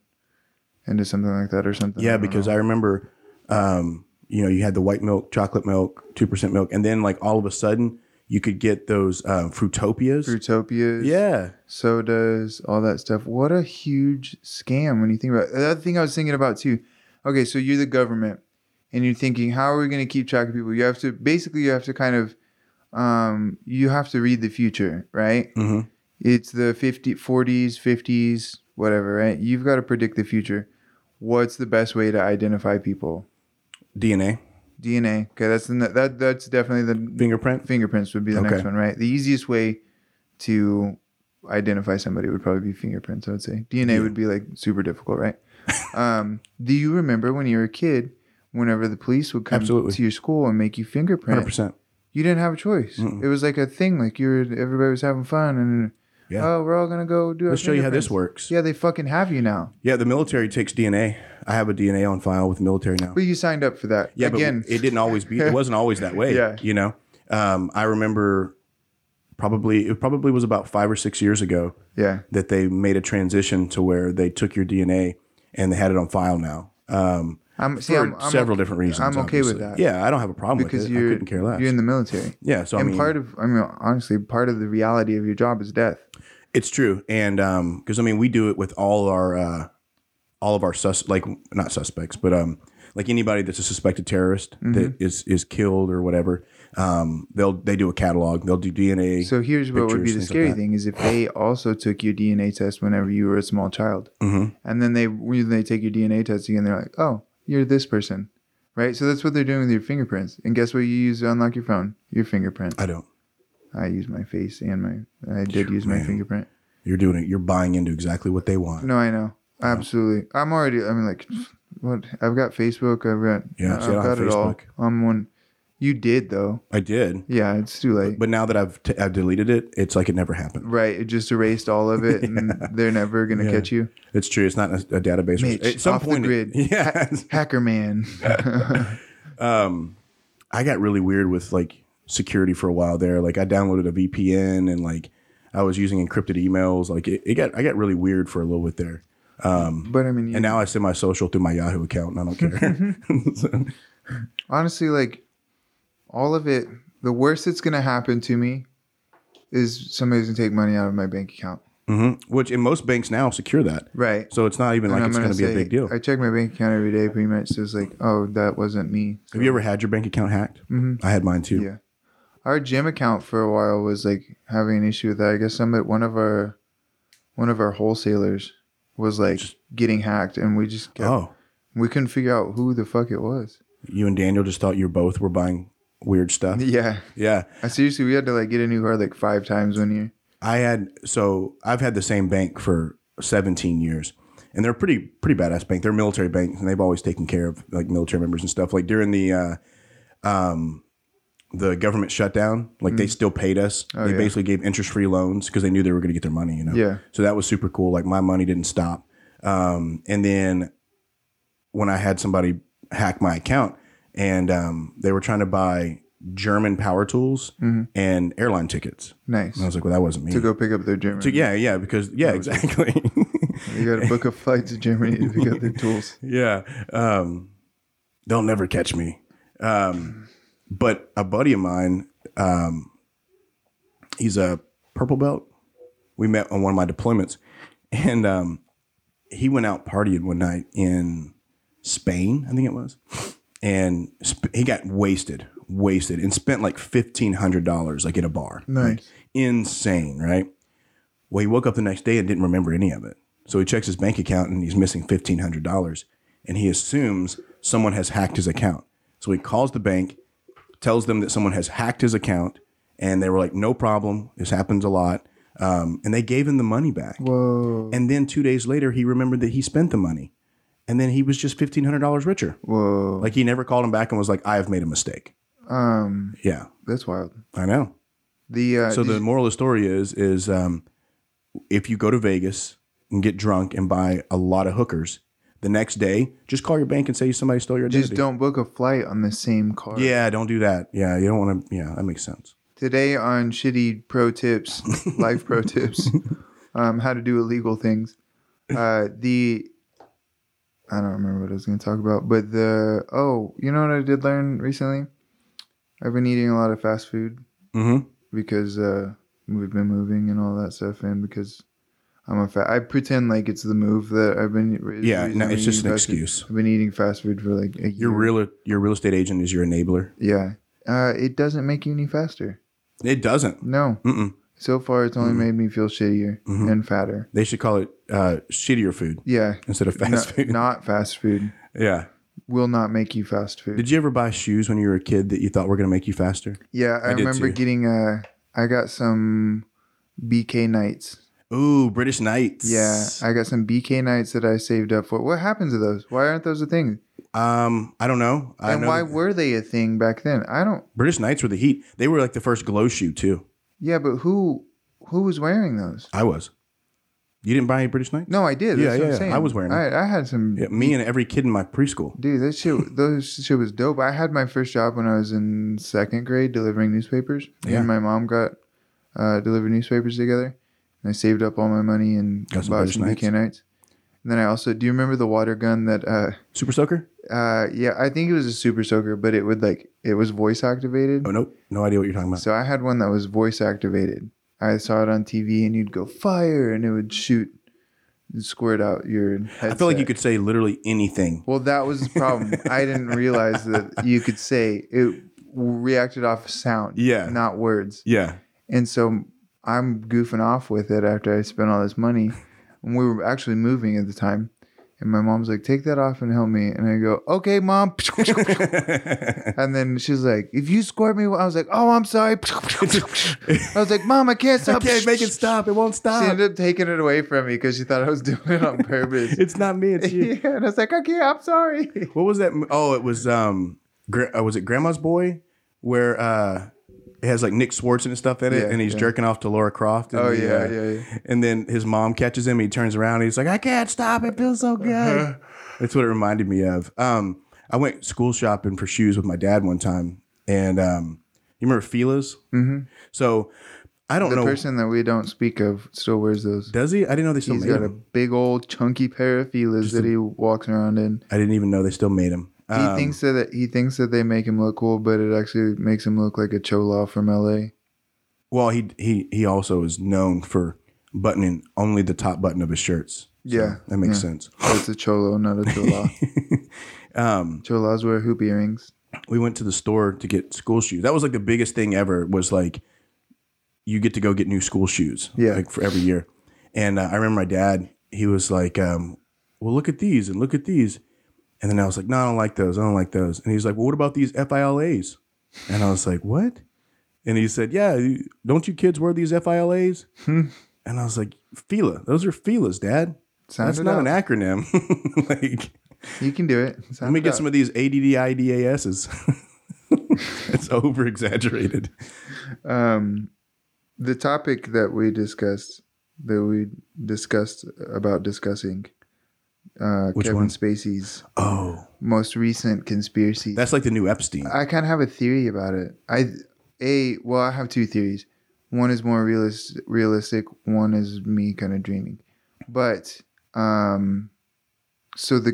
into something like that or something. Yeah, because I remember, um, you know, you had the white milk, chocolate milk, two percent milk, and then like all of a sudden you could get those um, fruitopias. Fruitopias, Yeah, sodas, all that stuff. What a huge scam when you think about it. The other thing I was thinking about too. Okay, so you're the government and you're thinking, how are we going to keep track of people? You have to basically, you have to kind of, um, you have to read the future, right? Mhm. It's the 50, 40s, 50s, whatever, right? You've got to predict the future. What's the best way to identify people? DNA DNA. Okay, that's the, ne- that that's definitely the fingerprint. fingerprints would be the next Okay. one, right? The easiest way to identify somebody would probably be fingerprints, I would say. DNA would be like super difficult, right? um, do you remember when you were a kid, whenever the police would come Absolutely. to your school and make you fingerprint, Hundred percent. you didn't have a choice. It was like a thing, like you were, everybody was having fun and Yeah. oh, we're all gonna go do Let's our show you how this fingerprints." works. Yeah, they fucking have you now. Yeah, the military takes DNA. I have a DNA on file with the military now. But you signed up for that. Yeah, Again, but it didn't always be. It wasn't always that way. Yeah. you know. Um, I remember probably it probably was about five or six years ago yeah. that they made a transition to where they took your DNA and they had it on file now. Um, I'm, see, for I'm, I'm several okay- different reasons. I'm okay with obviously. that. Yeah, I don't have a problem Because with it. I you're, couldn't care less. you're in the military. yeah, so I and mean, part of, I mean, honestly, part of the reality of your job is death. it's true, and because I mean, we do it with all our uh, all of our sus like not suspects, but um, like anybody that's a suspected terrorist Mm-hmm. that is is killed or whatever. Um, they'll they do a catalog. They'll do DNA. So here's what would be the pictures, things like scary that. thing is if they also took your DNA test whenever you were a small child, Mm-hmm. and then they when they take your DNA test again, they're like, oh, you're this person, right? So that's what they're doing with your fingerprints. And guess what you use to unlock your phone? Your fingerprint. I don't. I use my face and my. I did use my Man. fingerprint. You're doing it. You're buying into exactly what they want. No, I know. Absolutely. I'm already. I mean, like, what? I've got Facebook. I've got. Yeah, I've see, I don't got have it all. Facebook. I'm one. You did though. I did, Yeah, it's too late. but now that I've t- I've deleted it, it's like it never happened. Right, it just erased all of it, and they're never gonna Yeah. catch you. It's true. It's not a, a database. Mitch, At some off the point, it- grid. yeah. Hacker man. um, I got really weird with like security for a while there. Like I downloaded a VPN and like I was using encrypted emails. Like it, it got I got really weird for a little bit there. Um, but I mean, you, And now I send my social through my Yahoo account and I don't care. Mm-hmm. So, honestly, like all of it, the worst that's gonna happen to me is somebody's gonna take money out of my bank account. mhm. Which in most banks now secure that. Right. So it's not even like And it's going to be a big deal. I check my bank account every day, pretty much. So it's like, oh, that wasn't me. So, Have you ever had your bank account hacked? I had mine too. Yeah. Our gym account for a while was like having an issue with that. I guess somebody, one of our, one of our wholesalers was like getting hacked, and we just kept, Oh, we couldn't figure out who the fuck it was. you and Daniel just thought you both were buying weird stuff. Yeah. Yeah. I seriously, we had to like get a new card like five times one year. I had so I've had the same bank for 17 years, and they're a pretty pretty badass bank. They're a military banks, and they've always taken care of like military members and stuff. Like during the uh, um, the government shutdown, like they still paid us. they Mm. Oh, yeah. basically gave interest free loans because they knew they were going to get their money. You know, Yeah. So that was super cool. Like my money didn't stop. Um, and then when I had somebody hack my account, and um, they were trying to buy German power tools Mm-hmm. and airline tickets. Nice. And I was like, well, that wasn't me. to go pick up their German. So, yeah, yeah, because yeah, exactly. You got to book a flight to Germany to pick up their tools. yeah, um, they'll never catch me. Um, but a buddy of mine, um, he's a purple belt. We met on one of my deployments, and um, he went out partying one night in Spain, I think it was, and sp- he got wasted, wasted, and spent like fifteen hundred dollars, like at a bar. Like, Nice. insane, right? Well, he woke up the next day and didn't remember any of it. So he checks his bank account and he's missing fifteen hundred dollars, and he assumes someone has hacked his account. So he calls the bank, tells them that someone has hacked his account, and they were like, "No problem, this happens a lot," um, and they gave him the money back. Whoa. And then two days later, he remembered that he spent the money, and then he was just fifteen hundred dollars richer. Whoa. Like he never called him back and was like, "I have made a mistake." Um, Yeah, that's wild. I know. The uh, so did the moral of the story is is um, if you go to Vegas and get drunk and buy a lot of hookers, the next day just call your bank and say somebody stole your you- just identity. don't book a flight on the same car. Yeah, don't do that. Yeah, you don't want to. Yeah, that makes sense. Today on shitty pro tips, life pro tips, um, how to do illegal things. Uh, the I don't remember what I was going to talk about, but the oh, you know what I did learn recently? I've been eating a lot of fast food Mm-hmm. because uh, we've been moving and all that stuff, and because I'm a fat. I pretend like it's the move that I've been. is the Yeah, reason no, I'm it's just eating an fast food. excuse. I've been eating fast food for like a year. Your real your real estate agent is your enabler. Yeah, uh, it doesn't make you any faster. It doesn't. No, Mm-mm. so far it's only Mm-hmm. made me feel shittier Mhm. and fatter. They should call it uh, shittier food Yeah, instead of fast not, food. not fast food yeah. will not make you fast food. Did you ever buy shoes when you were a kid that you thought were going to make you faster? yeah, I, I did remember too. getting uh, I got some BK nights. Ooh, British Knights. Yeah, I got some BK nights that I saved up for. What happened to those? Why aren't those a thing? um, I don't know. I and know why that- were they a thing back then? I don't. British Knights were the heat. They were like the first glow shoe too. Yeah, but who who was wearing those? I was. You didn't buy any British Knights? No, I did. That's Yeah, what yeah, I'm saying. I was wearing I, I had some. Yeah, me and every kid in my preschool. Dude, that shit, those shit was dope. I had my first job when I was in second grade delivering newspapers. Me Yeah. and my mom got uh, delivered newspapers together, and I saved up all my money and Got some bought British some Knights. BK nights. And then I also, do you remember the water gun that? Uh, Super Soaker? uh, yeah, I think it was a Super Soaker, but it would like it was voice activated. Oh nope, no idea what you're talking about. So I had one that was voice activated. I saw it on TV, and you'd go fire, and it would shoot, and squirt out your. Headset. I feel like you could say literally anything. Well, that was the problem. I didn't realize that you could say it reacted off sound, Yeah. not words. Yeah. And so I'm goofing off with it after I spent all this money, and we were actually moving at the time. And my mom's like, "Take that off and help me." And I go, "Okay, mom." And then she's like, "If you squirt me," I was like, "Oh, I'm sorry." I was like, "Mom, I can't I stop." can't make it stop. It won't She stop. ended up taking it away from me because she thought I was doing it on purpose. It's not me. It's you. yeah, and I was like, "Okay, I'm sorry." What was that? m- Oh, it was um, gra- uh, was it Grandma's Boy, where uh, it has like Nick Swartzen and stuff in it, Yeah, and he's yeah. jerking off to Laura Croft. And Oh, the, yeah, uh, yeah, yeah. And then his mom catches him. He turns around. And he's like, "I can't stop. It feels so good." Uh-huh. That's what it reminded me of. Um, I went school shopping for shoes with my dad one time, and um, you remember Fila's? Mm-hmm. So I don't The know. person that we don't speak of still wears those. does he? I didn't know they still He's made got a them. big old chunky pair of feelers that he walks around in. I I didn't even know they still made Um, him. He thinks that he thinks that they make him look cool, but it actually makes him look like a chola from L.A. Well, he he he also is known for buttoning only the top button of his shirts. So Yeah, that makes yeah. sense. So it's a cholo, not a chola. Um, Cholas wear hoop earrings. we went to the store to get school shoes. That was like the biggest thing ever. Was like you get to go get new school shoes. Yeah. like for every year. And uh, I remember my dad. He was like, um, "Well, look at these and look at these." And then I was like, "No, I don't like those. I don't like those." And he's like, "Well, what about these FILAs?" And I was like, "What?" And he said, "Yeah, you- don't you kids wear these FILAs?" and I was like, "Fila. Those are Filas, Dad. Sound That's it not out. an acronym. like, You can do it. let me get some of these ADDIDASs. it's over exaggerated. Um, the topic that we discussed, that we discussed about discussing, uh, Which Kevin one? Spacey's Oh, most recent conspiracy. that's like the new Epstein. I kind of have a theory about it. I a well, I have two theories. One is more realist, realistic. One is me kind of dreaming. But um, so the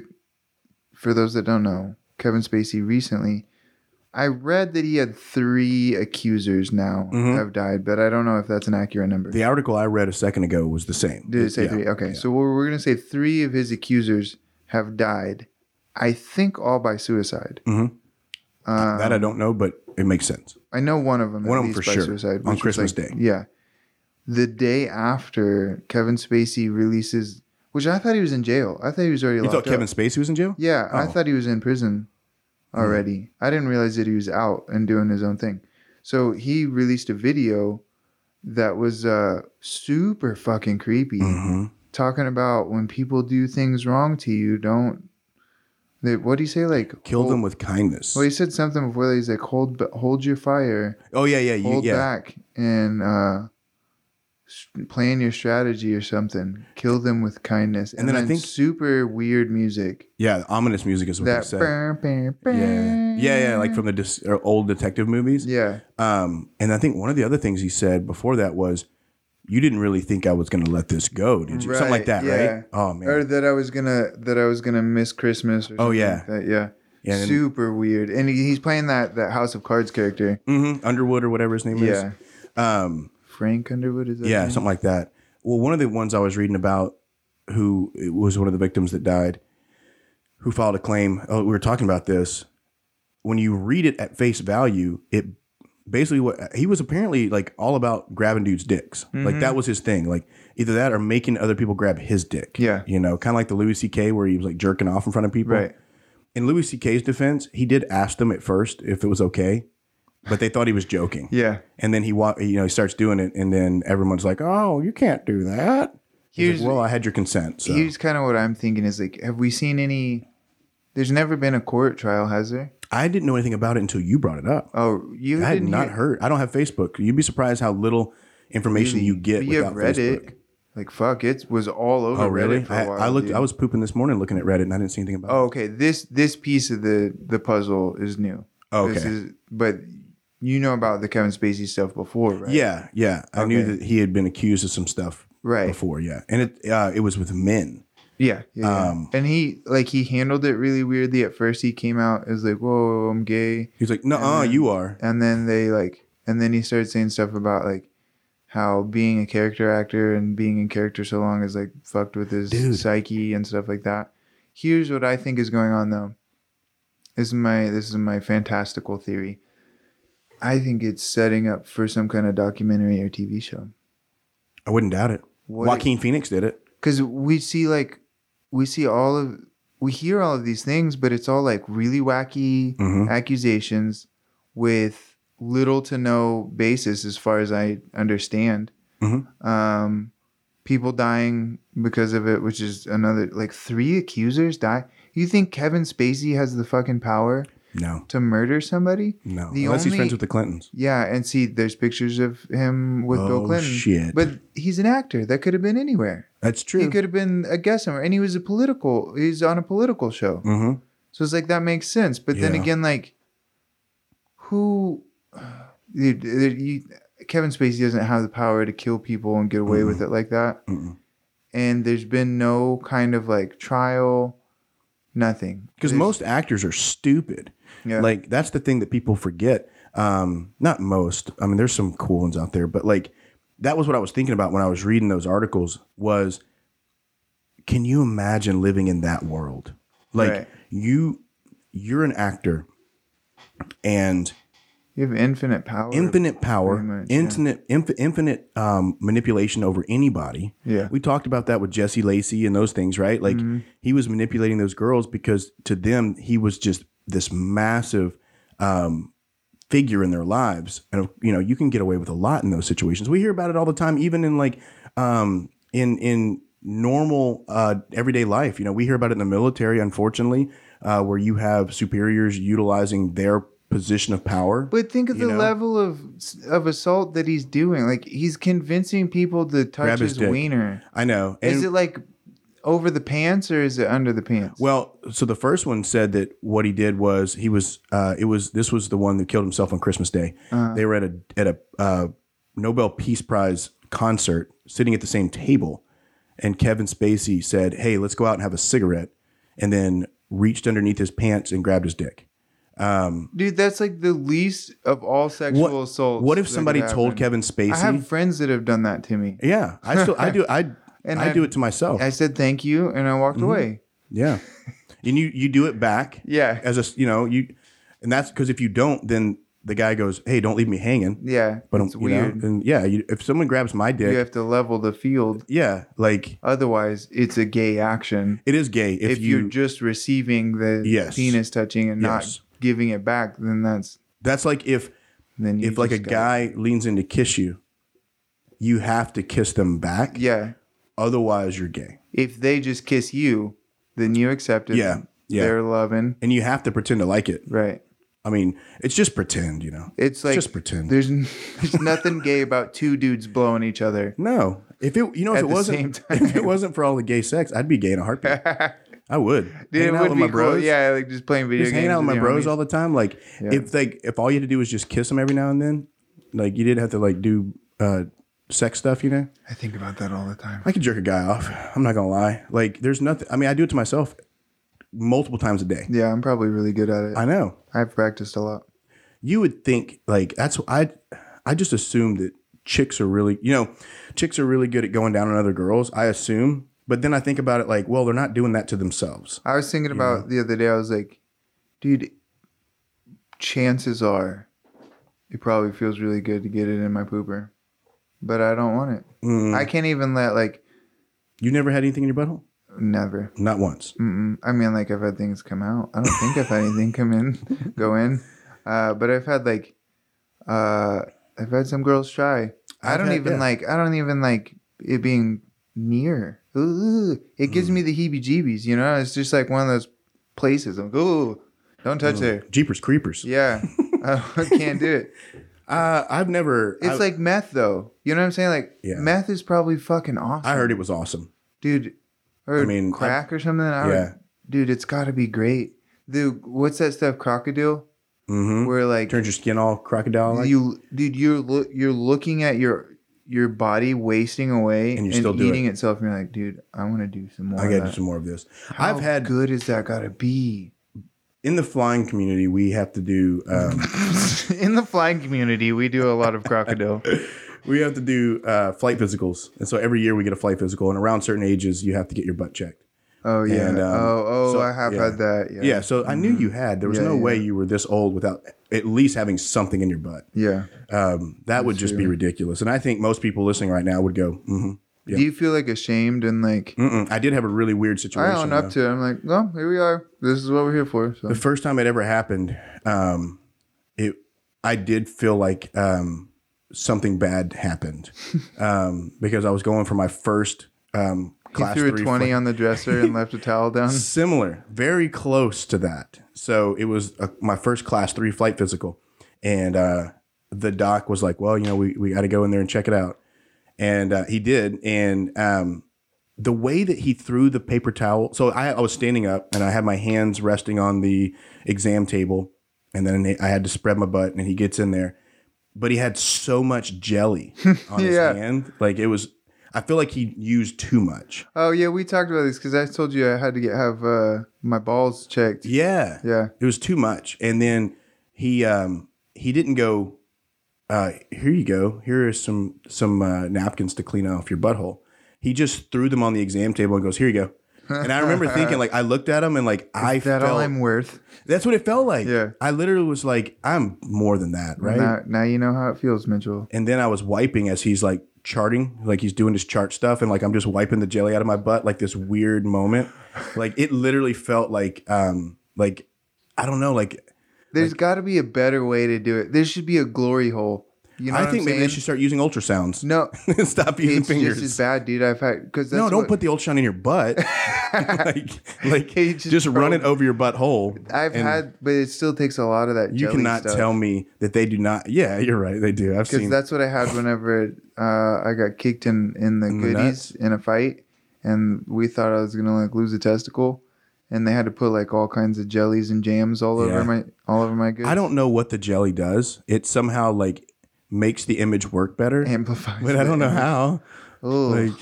for those that don't know, Kevin Spacey recently, I read that he had three accusers now Mhm. have died, but I don't know if that's an accurate number. the article I read a second ago was the same. Did it say Yeah. three? Okay, Yeah. so we're, we're gonna say three of his accusers have died. I think all by suicide. Mhm. Um, that I don't know, but it makes sense. I know one of them. One at of 'em least, for by sure, Suicide, on which was Christmas Day. Yeah, the day after Kevin Spacey releases, which I thought he was in jail. I thought he was already. You locked thought Kevin Up. Spacey was in jail? Yeah, I Oh. Hmm. thought he was in prison already. I didn't realize that he was out and doing his own thing. So he released a video that was uh, super fucking creepy, hmm talking about when people do things wrong to you, don't They, what do you say? Like Kill hold- them with kindness. Well, he said something before. He's like, hold, b- hold your fire, Oh yeah, yeah, you, hold yeah. back, and uh, s- plan your strategy or something. Kill them with kindness, and, then I then, think- super weird music. Yeah, ominous music is what they That said. burr, burr, burr. Yeah, yeah, yeah, like from the dis- or old detective movies. yeah, Um, and I think one of the other things he said before that was, "You didn't really think I was going to let this go, did you?" Something like Right, that, yeah. right? Oh man, or that I was gonna that I was gonna miss Christmas. Or Oh, something yeah. like that. yeah, Yeah, and- super weird. And he, he's playing that that House of Cards character. hmm Underwood or whatever his name is. Yeah, Mm-hmm. Um, Frank Underwood is that? yeah, his name? something like that. Well, one of the ones I was reading about, who it was one of the victims that died, who filed a claim. Oh, we were talking about this. When you read it at face value, it basically what he was apparently like all about grabbing dudes' dicks. Like Mm-hmm. that was his thing. Like either that or making other people grab his dick. Yeah. you know, kind of like the Louis C.K. where he was like jerking off in front of people. Right. In Louis C.K.'s defense, he did ask them at first if it was okay, but they thought he was joking. Yeah, And then he wa- you know, he starts doing it, and then everyone's like, "Oh, you can't do that." He's Here's- like, "Well, I had your consent." So. here's kind of what I'm thinking is like, have we seen any? There's never been a court trial, has there? I didn't know anything about it until you brought it up. Oh, you I had didn't not hear- heard. I don't have Facebook. You'd be surprised how little information you get We without have Reddit. Facebook. Like fuck, it was all over Oh, really? Reddit for I, a while. I looked. dude. I was pooping this morning looking at Reddit, and I didn't see anything about. Oh, it. okay. This this piece of the the puzzle is new. Oh, okay. This is, but you know about the Kevin Spacey stuff before, right? Yeah, yeah. I knew Okay. that he had been accused of some stuff Right. before. Yeah, and it uh, it was with men. Yeah. yeah, yeah. Um, and he like he handled it really weirdly at first. He came out as like, "Whoa, I'm gay," He's like, "No, uh, then- you are." and then they like, and then he started saying stuff about like how being a character actor and being in character so long is like fucked with his Dude. psyche and stuff like that. Here's what I think is going on though. This is my this is my fantastical theory. I think it's setting up for some kind of documentary or TV show. I wouldn't doubt it. What- Joaquin Phoenix did it. because we see like we see all of we hear all of these things but it's all like really wacky Mhm. accusations with little to no basis as far as i understand Mhm. um people dying because of it which is another like three accusers die you think kevin spacey has the fucking power No, to murder somebody no. The Unless he's only- friends with the Clintons. yeah and see there's pictures of him with bill Oh, clinton shit. but he's an actor that could have been anywhere That's true. he could have been a guest somewhere, and he was a political. He's on a political show, hmm so it's like that makes sense. But then Yeah. again, like who? Dude, there- you- Kevin Spacey doesn't have the power to kill people and get away Mm-hmm. with it like that. Mm-mm. And there's been no kind of like trial, nothing. Because There's- most actors are stupid. Yeah. Like that's the thing that people forget. Um, not most. I mean, there's some cool ones out there, but like that was what I was thinking about when I was reading those articles. Was can you imagine living in that world? Like Right. you, you're an actor, and you have infinite power. infinite power, pretty much, yeah. infinite inf- infinite um, manipulation over anybody. Yeah. Mm-hmm. we talked about that with Jesse Lacey and those things, right? Like he was manipulating those girls because to them he was just this massive um, figure in their lives, and you know you can get away with a lot in those situations. We hear about it all the time, even in like um, in in normal uh, everyday life. You know, we hear about it in the military, unfortunately, uh, where you have superiors utilizing their position of power. But think of you the know? level of of assault that he's doing. Like he's convincing people to touch Grab his his, dick. wiener. I know. is it like over the pants or is it under the pants? Well, so the first one said that what he did was he was uh, it was this was the one that killed himself on Christmas Day. Uh-huh. They were at a at a uh, Nobel Peace Prize concert, sitting at the same table, and Kevin Spacey said, "Hey, let's go out and have a cigarette," and then reached underneath his pants and grabbed his dick. Dude, that's like the least of all sexual What, assaults. what if that somebody could told happen. Kevin Spacey? I have friends that have done that to me. yeah, I still I do I And I, I- do it Mm-hmm. to myself. I said thank you and I walked away. yeah, and you you do it back. Yeah. as a s- you know you, and that's because if you don't, then the guy goes, "Hey, don't leave me hanging." Yeah. But it's you know, weird. and yeah, you, if someone grabs my dick, You have to level the field. yeah, like Otherwise, it's a gay action. it is gay. If, If, you, you, are just receiving the Yes. penis touching and Yes. not giving it back, then that's that's like if then you if like a just guy got- leans in to kiss you, you have to kiss them back. Yeah. Otherwise, you're gay. If they just kiss you, then you accept it. Yeah. Yeah. they're loving. and you have to pretend to like it. Right. I mean, it's just pretend, you know. It's like just pretend. There's n- there's nothing gay about two dudes blowing each other. No, if it you know if At it the wasn't same time. if it wasn't for all the gay sex, I'd be gay in a heartbeat. I would. Dude, it Hanging out would with be my cool. bros. Yeah, like just playing video just games. hanging out with my your bros homies. all the time. Like if like if all you had to do was just kiss them every now and then, like you didn't have to like do uh sex stuff. You know, I think about that all the time. I could jerk a guy off. I'm not gonna lie. Like there's nothing. I mean, I do it to myself multiple times a day. Yeah, I'm probably really good at it. I know. I've practiced a lot. you would think like that's I I just assume that chicks are really you know chicks are really good at going down on other girls. I assume, but then I think about it like, well, they're not doing that to themselves. I was thinking about the other day. I was like, dude, chances are it probably feels really good to get it in my pooper, but I don't want it. Mm. I can't even let like You never had anything in your butthole, never. not once. Mm-mm. I mean, like I've had things come out. I don't think I've had anything come in, go in. Uh, but I've had like, uh, I've had some girls try. I I've don't had- even yeah. like. I don't even like it being near. Ooh, it gives Mm. me the heebie-jeebies. You know, it's just like one of those places. I'm like, ooh, don't touch there. Mm. Jeepers creepers. Yeah, I can't do it. Uh, I've never. It's I, like meth, though. You know what I'm saying? Like Yeah. meth is probably fucking awesome. I heard it was awesome. dude. Or I mean, crack or something. I would- Yeah. dude, it's got to be great. Dude, what's that stuff? Crocodile, Mm-hmm. where like Turns your skin all crocodile like. you, dude, you're loo- you're looking at your your body wasting away And and, you still do eating itself, and you're like, dude, I want to do some more. I of got to do that. some more of this. How I've had good is that got to be? in the flying community. We have to do. Um, In the flying community, we do a lot of crocodile. we have to do uh, flight physicals, and so every year we get a flight physical, and around certain ages, you have to get your butt checked. Oh yeah. And, um, oh oh, so- I have yeah. had that. Yeah. Mm-hmm. Yeah, so I knew you had. There was Yeah, no yeah. way you were this old without at least having something in your butt. Yeah. Um, that would just be ridiculous. And I think most people listening right now would go, mm-hmm. Yeah. Do you feel like ashamed and like Mm-mm. I did have a really weird situation. I own up though. to it? I'm like, well, here we are. This is what we're here for. So the first time it ever happened, um, it I did feel like um, something bad happened um, because I was going for my first um, he class threw a three twenty flight- on the dresser and left a towel down. similar, very close to that. So it was uh my first class three flight physical, and uh, the doc was like, "Well, you know, we, we got to go in there and check it out," and uh, he did. And um, the way that he threw the paper towel, so I, I was standing up and I had my hands resting on the exam table, and then I had to spread my butt, and he gets in there, but he had so much jelly on his Yeah. hand, like it was. I feel like he used too much. Oh yeah, we talked about this because I told you I had to get have uh, my balls checked. Yeah. Yeah. It was too much. And then he um he didn't go uh here you go. Here is some some uh, napkins to clean off your butthole. He just threw them on the exam table and goes, "Here you go." And I remember thinking like I looked at him and like I Is that felt all I'm worth? That's what it felt like. Yeah. I literally was like I'm more than that, right? Now, now you know how it feels, Mitchell. and then I was wiping as he's like charting, like he's doing his chart stuff, and like I'm just wiping the jelly out of my butt, like this weird moment. Like it literally felt like, um, like I don't know, like There's got to be a better way to do it. There should be a glory hole. You know, I what think I'm maybe they saying? should start using ultrasounds. No, No, stop using it's fingers. just as bad, dude. I've had because no, don't what, put the ultrasound in your butt. like, like He just, just run it probed- over your butthole. I've and had, but it still takes a lot of that. You jelly cannot stuff. tell me that they do not. Yeah, you're right. They do. I've because seen. that's what I had whenever uh, I got kicked in in the the goodies in a fight, and we thought I was gonna like lose a testicle, and they had to put like all kinds of jellies and jams all Yeah. over my all over my good. I don't know what the jelly does. It somehow like makes the image work better, amplify, but I don't know how. Like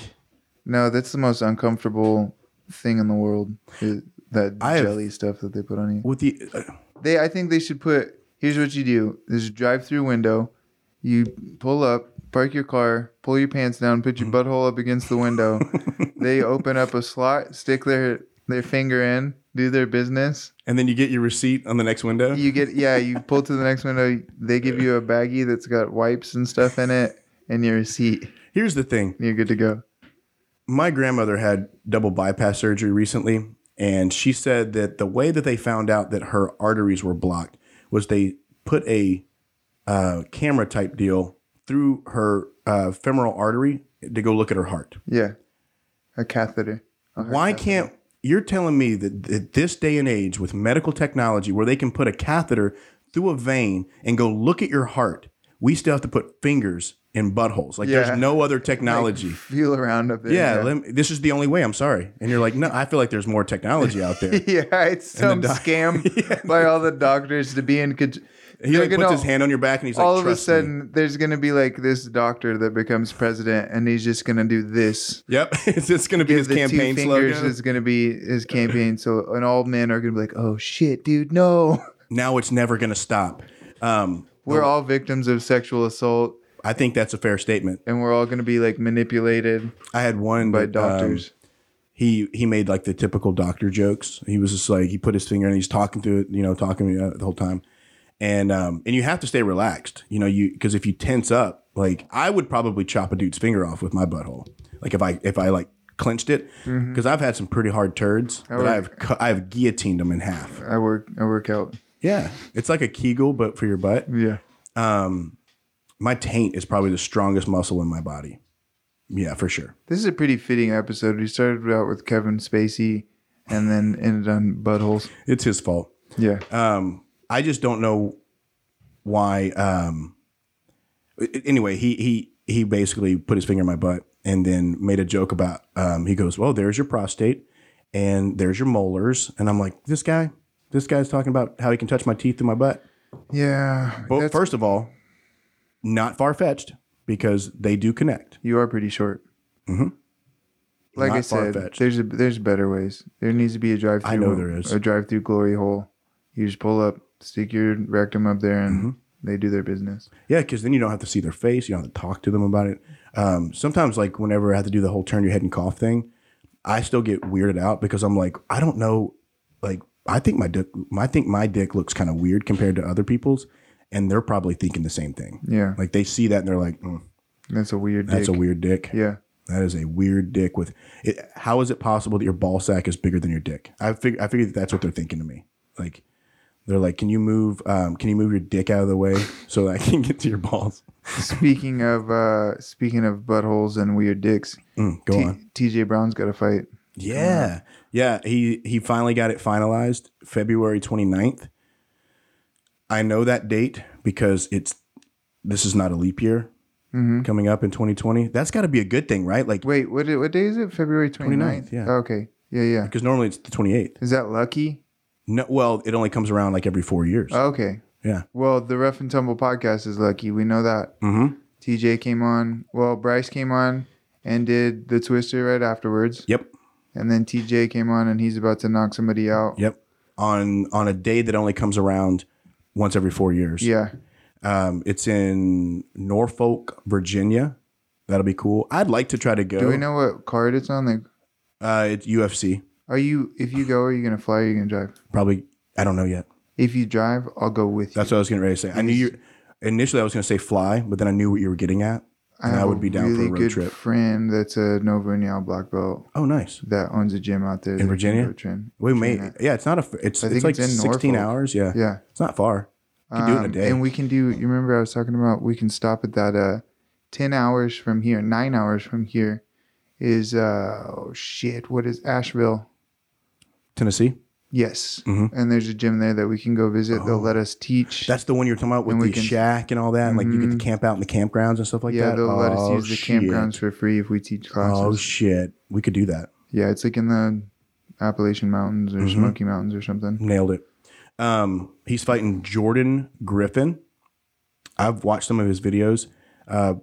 no, that's the most uncomfortable thing in the world. is that I have- jelly stuff that they put on you. with the uh, They, I think they should put. Here's what you do: there's a drive-through window. You pull up, park your car, pull your pants down, put your Mm. butthole up against the window. they open up a slot, stick their their finger in, do their business. and then you get your receipt on the next window. You get yeah, you pull to the next window. They give you a baggie that's got wipes and stuff in it, and your receipt. Here's the thing. You're good to go. my grandmother had double bypass surgery recently, and she said that the way that they found out that her arteries were blocked was they put a uh, camera type deal through her uh, femoral artery to go look at her heart. Yeah, a catheter. Why can't You're telling me that, that this day and age with medical technology where they can put a catheter through a vein and go look at your heart, we still have to put fingers in buttholes. Like Yeah. there's no other technology. Feel around up there. yeah, Let me, this is the only way. I'm sorry. And you're like, no, I feel like there's more technology out there. yeah, it's some the doc- scam by all the doctors to be in. Con- He like puts his hand on your back and he's like, all of a "Trust me." sudden, there's gonna be like this doctor that becomes president, and he's just gonna do this. Yep, is this going to be his the two campaign fingers slogan? is gonna be his campaign. So, and all men are gonna be like, "Oh shit, dude, no." now it's never going to stop. Um, We're all victims of sexual assault, I think that's a fair statement. and we're all gonna be like manipulated I had one by that, um, doctors. he he made like the typical doctor jokes. He was just like he put his finger and he's talking to it, you know, talking to me uh, the whole time. And um and you have to stay relaxed, you know, you because if you tense up, like I would probably chop a dude's finger off with my butthole, like if I if I like clenched it, because I've had some pretty hard turds that would- I've cu- I've guillotined them in half. I work. I work out. Yeah, it's like a Kegel but for your butt. Um, Yeah. My taint is probably the strongest muscle in my body. Yeah, for sure. This is a pretty fitting episode. We started out with Kevin Spacey and then ended on buttholes. It's his fault. Yeah. um, I just don't know why. Um, a- anyway, he he he basically put his finger in my butt and then made a joke about. Um, he goes, "Well, there's your prostate, and there's your molars," and I'm like, "This guy, this guy's talking about how he can touch my teeth through my butt." yeah. Well, That's- first of all, not far fetched because they do connect. you are pretty short. Mm-hmm. Like Not I said, far-fetched. there's a, there's better ways. There needs to be a drive through. I know there is. a drive through glory hole. You just pull up, stick your rectum up there, and Mm-hmm. they do their business. Yeah, because then you don't have to see their face. You don't have to talk to them about it. Um, sometimes, like whenever I have to do the whole turn your head and cough thing, I still get weirded out because I'm like, I don't know. Like, I think my dick, I think my dick looks kind of weird compared to other people's, and they're probably thinking the same thing. Yeah. Like they see that and they're like, mm, That's a weird. that's dick. a weird dick. Yeah. That is a weird dick. With it, how is it possible that your ball sack is bigger than your dick? I fig- I figured that that's what they're thinking to me. Like they're like, can you move? Um, can you move your dick out of the way so that I can get to your balls? speaking of uh speaking of buttholes and weird dicks, Mm, go T- on. TJ Brown's got a fight. Yeah. Yeah. He he finally got it finalized February 29th. I know that date because it's this is not a leap year coming up in 2020. That's got to be a good thing, right? Like Mm-hmm. Wait, what? What day is it? February 29th? 29th, yeah. okay. Yeah. Yeah. because normally it's the 28th. Is that lucky? No, well, it only comes around like every 4 years. Okay. yeah. Well, the Rough and Tumble podcast is lucky. We know that. Mhm. TJ came on. Well, Bryce came on and did the Twister right afterwards. Yep. And then TJ came on and he's about to knock somebody out. Yep. On on a day that only comes around once every 4 years. Yeah. Um it's in Norfolk, Virginia. That'll be cool. I'd like to try to go. Do we know what card it's on? Like, Uh it's UFC. are you, if you go, are you going to fly or are you going to drive? Probably I don't know yet. If you drive, I'll go with you. That's what I was getting ready to say. I knew you initially. I was going to say fly, but then I knew what you were getting at, and I, have would be down for a road trip. friend that's a Nova Union black belt Oh, nice. that owns a gym out there. that can Virginia? go train- We may. train at. Yeah, it's not a. It's I think it's like it's in sixteen Norfolk. hours. Yeah, Yeah. it's not far. You can do it in a Um, day. And we can do. You remember I was talking about we can stop at that. Uh, ten hours from here, nine hours from here, is uh oh shit. What is Asheville? Tennessee. Yes. Mhm. And there's a gym there that we can go visit. Oh. They'll let us teach. That's the one you were talking about with And we the can- Mm-hmm. shack and all that. and, Like you get to camp out in the campgrounds and stuff like yeah, that. they'll let us Oh, use the shit. campgrounds for free if we teach classes. Oh shit, we could do that. yeah, it's like in the Appalachian Mountains or Mm-hmm. Smoky Mountains or something. Nailed it. Um, he's fighting Jordan Griffin. I've watched some of his videos. Uh,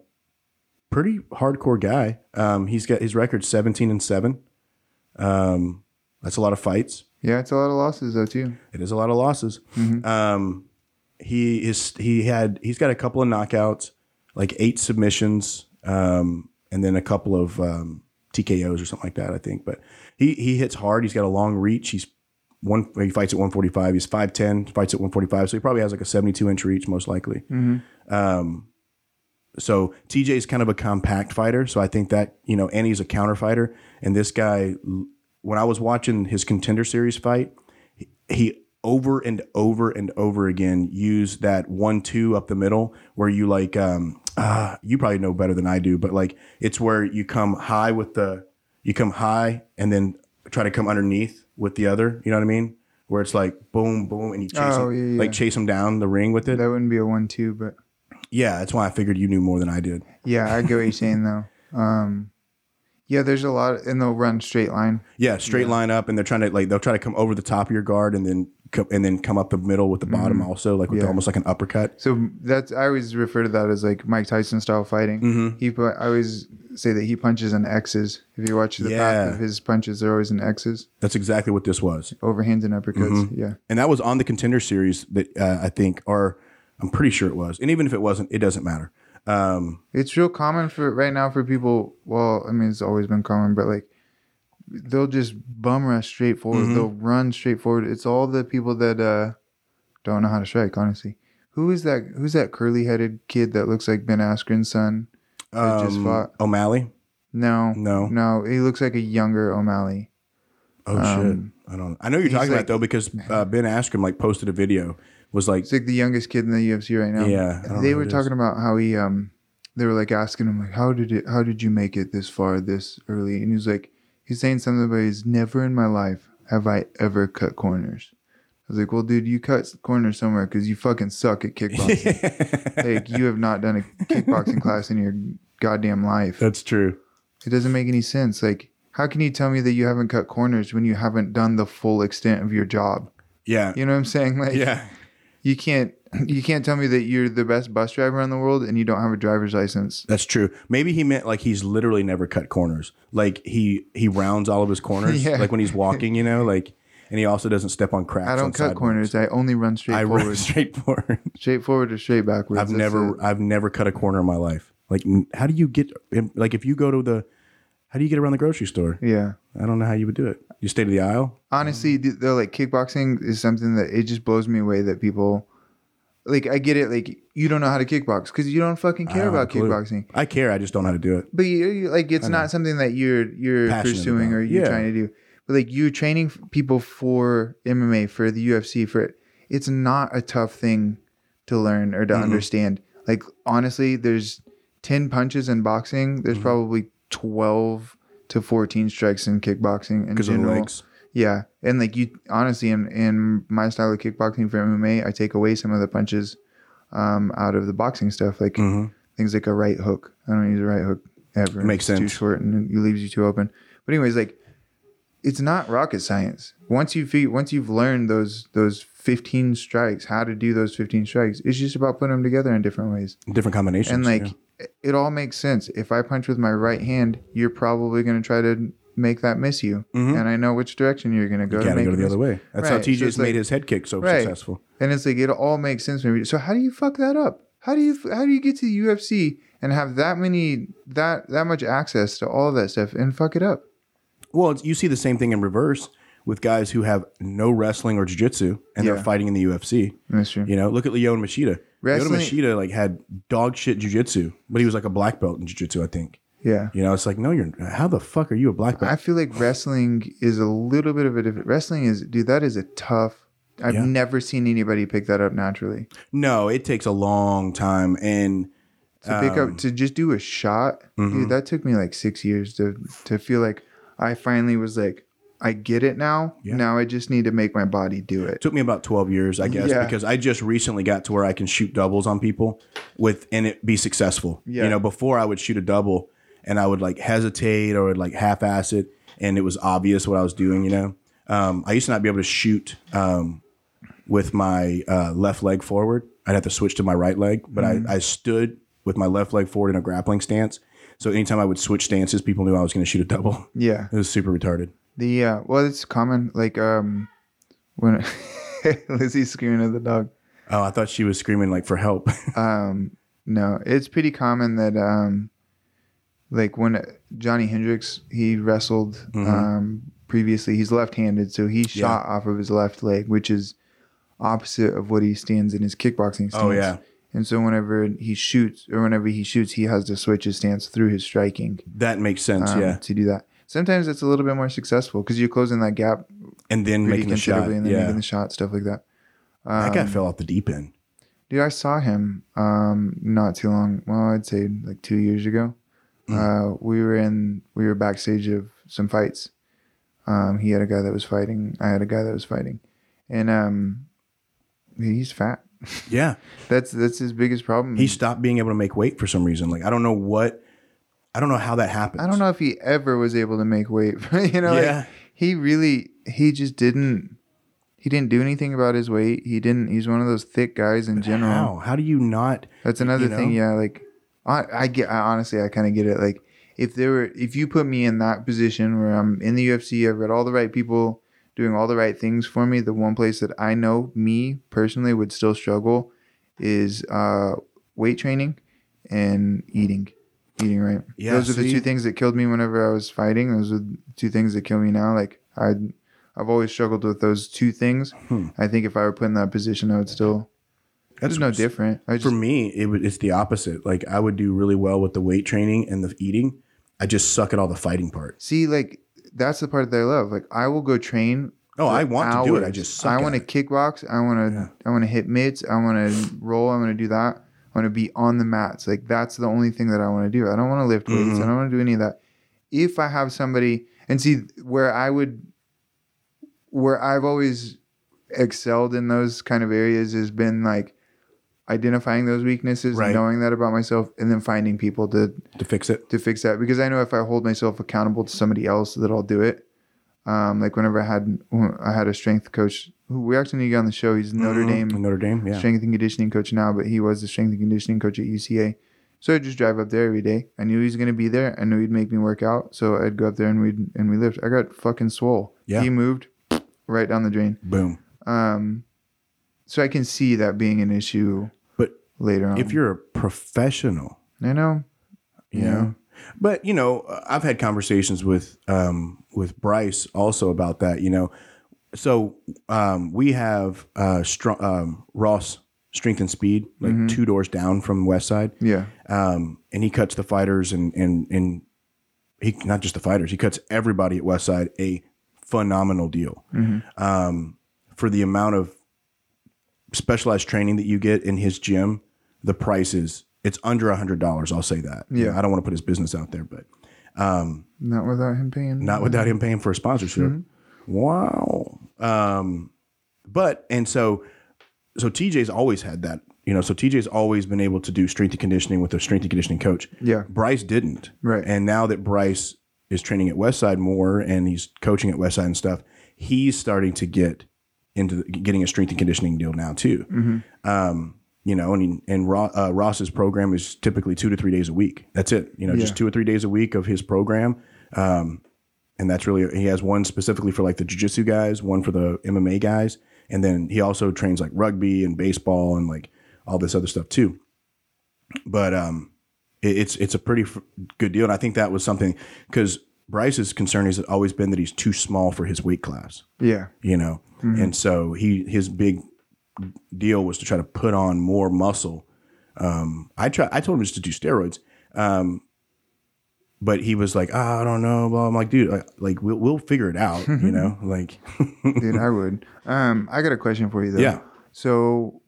pretty hardcore guy. Um, he's got his record seventeen and seven. Um, that's a lot of fights. Yeah, it's a lot of losses though too. It is a lot of losses. Um, he is he had he's got a couple of knockouts, like eight submissions, um, and then a couple of um, TKOs or something like that, I think. But he he hits hard. He's got a long reach. He's one he fights at 145. He's 5'10, fights at 145. So he probably has like a 72 inch reach, most likely. Um, so TJ is kind of a compact fighter. So I think that, you know, and he's a counter fighter. And this guy, when I was watching his contender series fight, he over and over and over again used that one two up the middle where you like um uh, you probably know better than I do, but like it's where you come high with the you come high and then try to come underneath with the other. You know what I mean? Where it's like boom, boom, and you chase Oh, 'em- yeah, yeah. like chase them down the ring with it. That wouldn't be a one-two, but yeah, that's why I figured you knew more than I did. yeah, I get what you're saying though. Um, yeah, there's a lot, and they'll run straight line. Yeah, straight line up, and they're trying to like they'll try to come over the top of your guard, and then co- and then come up the middle with the bottom also, like with Mm-hmm. Yeah. almost like an uppercut. So that's I always refer to that as like Mike Tyson style fighting. He pu- I always say that he punches in X's. If you watch the Yeah. path of his punches, they're always in X's, That's exactly what this was, overhands and uppercuts. Yeah, and that was on the contender series that uh, I think, or I'm pretty sure it was, and even if it wasn't, it doesn't matter. Um, it's real common for right now for people. Well, I mean, it's always been common, but like they'll just bum rush straight forward. They'll run straight forward. It's all the people that uh, don't know how to strike. Honestly, who is that? Who's that curly headed kid that looks like Ben Askren's son? That just um, fought. O'Malley. No, No. no. He looks like a younger O'Malley. Oh Um, shit! I don't. I know you're talking about like- it, though because uh, Ben Askren like posted a video was like It's like the youngest kid in the UFC right now. Yeah, I don't know they who were it is. talking about how he um, they were like asking him like, how did it, how did you make it this far this early? And he was like, he's saying something about he's never in my life have I ever cut corners. I was like, well, dude, you cut corners somewhere because you fucking suck at kickboxing. like, you have not done a kickboxing class in your goddamn life. that's true. It doesn't make any sense. Like, how can you tell me that you haven't cut corners when you haven't done the full extent of your job? Yeah, You know what I'm saying? Like, yeah, you can't you can't tell me that you're the best bus driver in the world and you don't have a driver's license. that's true. Maybe he meant like he's literally never cut corners. Like he he rounds all of his corners. Yeah. Like when he's walking, you know, like and he also doesn't step on cracks. I on don't cut sidewalks. corners. I only run straight I forward. run straight forward. straight forward or straight backwards. I've That's never it. I've never cut a corner in my life. Like n- how do you get like if you go to the how do you get around the grocery store? Yeah. I don't know how you would do it. You stay to the aisle. Honestly, Mm-hmm. th- though, like kickboxing is something that it just blows me away that people like I get it. Like you don't know how to kickbox because you don't fucking care I don't have about a clue. kickboxing. I care. I just don't know how to do it. But you, you- like it's not something that you're you're Passionate pursuing about. or you're Yeah. trying to do. But like you're training f- people for MMA, for the UFC, for it. It's not a tough thing to learn or to understand. Like honestly, there's ten punches in boxing. Mm-hmm. There's probably twelve to fourteen strikes in kickboxing in Because of the general. legs. Yeah, and like you, honestly, in in my style of kickboxing for MMA, I take away some of the punches um, out of the boxing stuff, like Mm-hmm. things like a right hook. I don't use a right hook ever. Makes It's Too sense. short and it leaves you too open. But anyways, like it's not rocket science. Once you fe- once you've learned those those fifteen strikes, how to do those fifteen strikes, it's just about putting them together in different ways. Different combinations. And like yeah. it all makes sense. If I punch with my right hand, you're probably going to try to make that miss you, and I know which direction you're going to go. Mm-hmm. You gotta make go it to the miss- other way. That's how Right, so TJ's it's like- made his head kick so Right. successful. And it's like it all makes sense. Maybe so. How do you fuck that up? How do you how do you get to the UFC and have that many that that much access to all of that stuff and fuck it up? Well, it's, you see the same thing in reverse with guys who have no wrestling or jiu-jitsu and Yeah. they're fighting in the UFC. That's true. You know, look at Leon Machida. Leon Wrestling- Machida like had dog shit jiu-jitsu, but he was like a black belt in jiu-jitsu, I think. Yeah. You know, it's like, no, you're how the fuck are you a black belt? I feel like wrestling is a little bit of a different. Wrestling is, dude, that is a tough. I've Yeah. never seen anybody pick that up naturally. no, it takes a long time and um, to pick up to just do a shot, mm-hmm. dude. That took me like six years to to feel like I finally was like, I get it now. Yeah. Now I just need to make my body do it. took me about 12 years, I guess, Yeah. because I just recently got to where I can shoot doubles on people with and it be successful. Yeah. You know, before I would shoot a double and I would like hesitate or like half ass it and it was obvious what I was doing, you know. Um, I used to not be able to shoot um, with my uh, left leg forward. I'd have to switch to my right leg, but Mm-hmm. I, I stood with my left leg forward in a grappling stance. So anytime I would switch stances, people knew I was going to shoot a double. Yeah. It was super retarded. The uh, well, it's common. Like um, when Lizzie's screaming at the dog. Oh, I thought she was screaming like for help. Um, no, it's pretty common that um, like when Johnny Hendricks he wrestled Mm-hmm. um previously, he's left-handed, so he shot off of his left leg, which is opposite of what he stands in his kickboxing stance. Oh, yeah. And so whenever he shoots, or whenever he shoots, he has to switch his stance through his striking that makes sense. um, yeah. to do that. Sometimes it's a little bit more successful because you're closing that gap and then pretty making the shot. considerably, and then yeah, making the Um, shot, stuff like that. that guy fell off the deep end. Dude, I saw him um not too long. Well, I'd say like Mm. two years ago. Uh, we were in we were backstage of some fights, Um, he had a guy that was fighting. I had a guy that was fighting, and um, he's fat. Yeah. That's that's his biggest problem. He stopped being able to make weight for some reason. Like I don't know what I don't know how that happens. I don't know if he ever was able to make weight. you know, Yeah. like, he really he just didn't. He didn't do anything about his weight. He didn't. He's one of those thick guys in general. How? How do you not That's another you know? thing. Yeah, like I, I get. I honestly, I kind of get it. Like if there were, if you put me in that position where I'm in the UFC, I've got all the right people doing all the right things for me. The one place that I know me personally would still struggle is uh, weight training and eating. Eating right. Yeah, Those are the see? two things that killed me whenever I was fighting. Those are the two things that kill me now. Like I, I've always struggled with those two things. Hmm. I think if I were put in that position, I would still. That's no different. I just, For me, it would, it's the opposite. Like I would do really well with the weight training and the eating. I just suck at all the fighting part. See, like that's the part that I love. Like I will go train. Oh, for I want to do it. I hours. just suck. I at want to it. kickbox. I want to. I want to hit mitts. I want to roll. I want to do that. I want to be on the mats. Like that's the only thing that I want to do. I don't want to lift weights. Mm-hmm. I don't want to do any of that. If I have somebody and see where I would, where I've always excelled in those kind of areas has been like identifying those weaknesses, Right. and knowing that about myself, and then finding people to to fix it. to fix that because I know if I hold myself accountable to somebody else that I'll do it. Um, like whenever I had I had a strength coach who we actually need to get on the show. He's Notre Dame Mm-hmm. Notre Dame. Yeah. strength and conditioning coach now, but he was the strength and conditioning coach at UCA. So I just drive up there every day. I knew he was gonna be there. I knew he'd make me work out. So I'd go up there and we'd and we lived. I got fucking swole. Yeah. He moved right down the drain. Boom. Um, so I can see that being an issue But later on. if you're a professional, I know. you know, but you know, I've had conversations with um, with Bryce also about that. You know, so um, we have uh, strong um, Ross Strength and Speed, like two doors down from West Side. Yeah. um, and he cuts the fighters and and and he not just the fighters, he cuts everybody at Westside a phenomenal deal um, for the amount of specialized training that you get in his gym. The price is it's under a hundred dollars. I'll say that. Yeah. I don't want to put his business out there, but Not without him paying. not without him paying for a sponsorship. Wow. Um, but and so so TJ's always had that. You know, so TJ's always been able to do strength and conditioning with a strength and conditioning coach. Yeah. Bryce didn't. Right. And now that Bryce is training at Westside more and he's coaching at Westside and stuff, he's starting to get into the, getting a strength and conditioning deal now too. Mm-hmm. Um, you know, and he- and Ro, uh, Ross's program is typically two to three days a week. That's it. You know, just two or three days a week of his program. Um, and that's really he has one specifically for like the jujitsu guys, one for the MMA guys, and then he also trains like rugby and baseball and like all this other stuff too. But um, it, it's it's a pretty f- good deal, and I think that was something because Bryce's concern has always been that he's too small for his weight class, Yeah. you know, and so he his big deal was to try to put on more muscle. Um, I try I told him just to do steroids. Um, but he was like, "Ah, I don't know. Blah. I'm like, dude, like, like we'll, we'll figure it out, you know? Like, Dude, I would. Um, I got a question for you though. Yeah. So,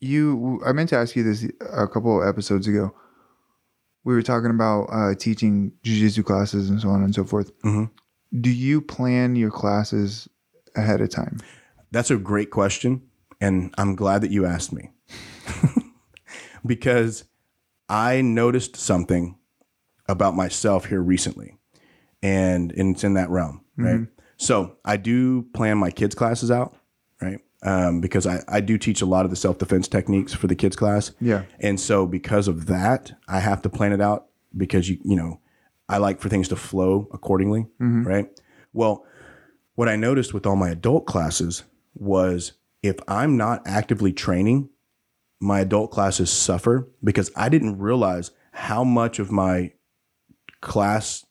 you, I meant to ask you this a couple of episodes ago. We were talking about uh, teaching jujitsu classes and so on and so forth. Mhm. Do you plan your classes ahead of time? That's a great question. And I'm glad that you asked me because I noticed something about myself here recently. And, and it's in that realm, right? So I do plan my kids' classes out, right? Um, because I, I do teach a lot of the self defense techniques for the kids' class. Yeah. And so because of that, I have to plan it out because you you know, I like for things to flow accordingly, right? Well, what I noticed with all my adult classes was if I'm not actively training, my adult classes suffer because I didn't realize how much of my class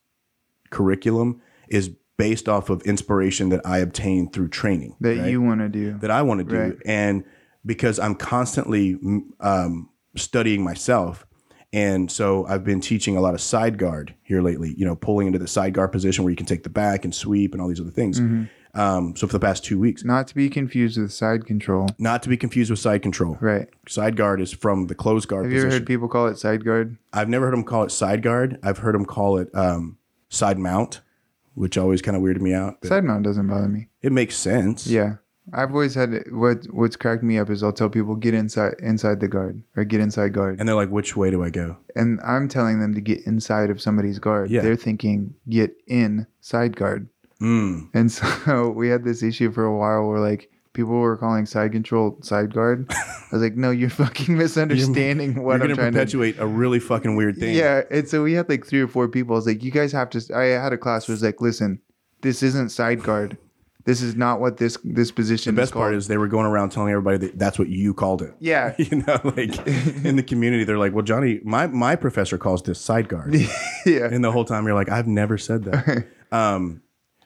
curriculum is based off of inspiration that I obtained through training That right? you want to do? that I want to do, Right. and because I'm constantly um, studying myself, and so I've been teaching a lot of side guard here lately. You know, pulling into the side guard position where you can take the back and sweep and all these other things. Mm-hmm. Um, so for the past two weeks, Not to be confused with side control. not to be confused with side control. Right. Side guard is from the closed guard Have you position. ever heard people call it side guard? I've never heard them call it side guard. I've heard them call it um, side mount. which always kind of weirded me out. But Side mount doesn't bother me. it makes sense. Yeah. I've always had it- what what's cracked me up is I'll tell people get inside inside the guard or get inside guard. And they're like, which way do I go? And I'm telling them to get inside of somebody's guard. Yeah. They're thinking get in side guard. Mm. And so we had this issue for a while where like people were calling side control side guard. I was like, no, you're fucking misunderstanding You're what I'm going to trying to perpetuate a really fucking weird thing. Yeah, and so we had like three or four people. I was like, you guys have to. I had a class where it was like, listen, this isn't side guard. This is not what this this The position. best called." part is they were going around telling everybody that that's what you called it. yeah, You know, like in the community, they're like, well, Johnny, my, my professor calls this side guard. yeah, And the whole time you're like, I've never said that. um,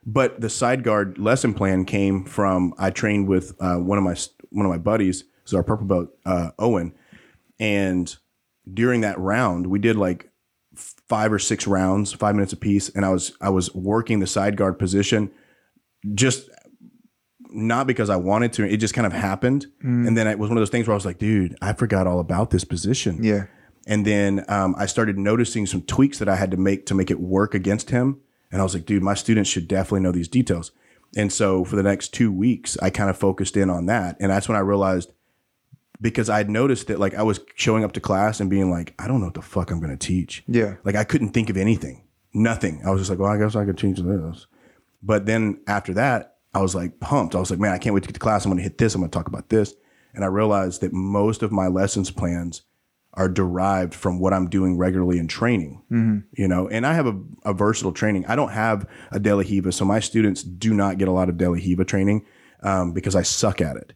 but the side guard lesson plan came from I trained with uh, one of my one of my buddies, who's our purple belt, uh, Owen, and during that round we did like five or six rounds, five minutes apiece, and I was I was working the side guard position, just not because I wanted to. It just kind of happened, Mm. and then it was one of those things where I was like, dude, I forgot all about this position. yeah. And then um, I started noticing some tweaks that I had to make to make it work against him. And I was like, dude, my students should definitely know these details. And so for the next two weeks, I kind of focused in on that. And that's when I realized because I'd noticed that like I was showing up to class and being like, I don't know what the fuck I'm going to teach. Yeah. Like I couldn't think of anything, nothing. I was just like, well, I guess I could teach this. But then after that, I was like pumped. I was like, man, I can't wait to get to class. I'm going to hit this. I'm going to talk about this. And I realized that most of my lessons plans are derived from what I'm doing regularly in training, you know, and I have a, a versatile training. I don't have a De La Hiva. So my students do not get a lot of De La Hiva training um, because I suck at it.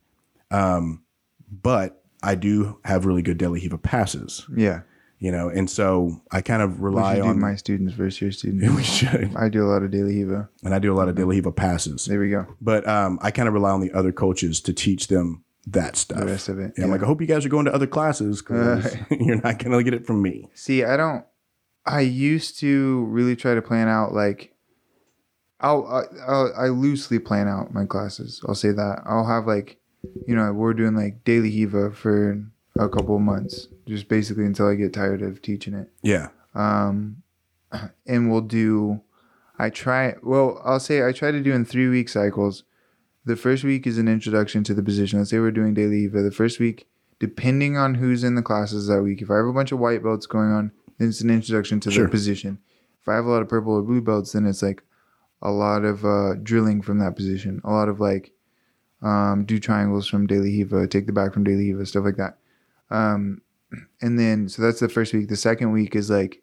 Um, but I do have really good De La Hiva passes, yeah. you know, and so I kind of We rely should do on my students versus your students. we should. I do a lot of daily Hiva. And I do a lot of De La Hiva passes There we go. but um, I kind of rely on the other coaches to teach them that stuff. The rest of it, Yeah, I'm yeah. like, I hope you guys are going to other classes because you're not going to get it from me. See, I don't. I used to really try to plan out like. I'll, I- I'll I loosely plan out my classes. I'll say that I'll have like, you know, we're doing like daily Hiva for a couple of months, just basically until I get tired of teaching it. Yeah. um, and we'll do i try well i'll say i try to do in three week cycles the first week is an introduction to the position let's say we're doing daily eva the first week depending on who's in the classes that week if i have a bunch of white belts going on then it's an introduction to Sure. the position if i have a lot of purple or blue belts then it's like a lot of uh, drilling from that position a lot of like um, do triangles from daily eva take the back from daily eva stuff like that um, and then so that's the first week the second week is like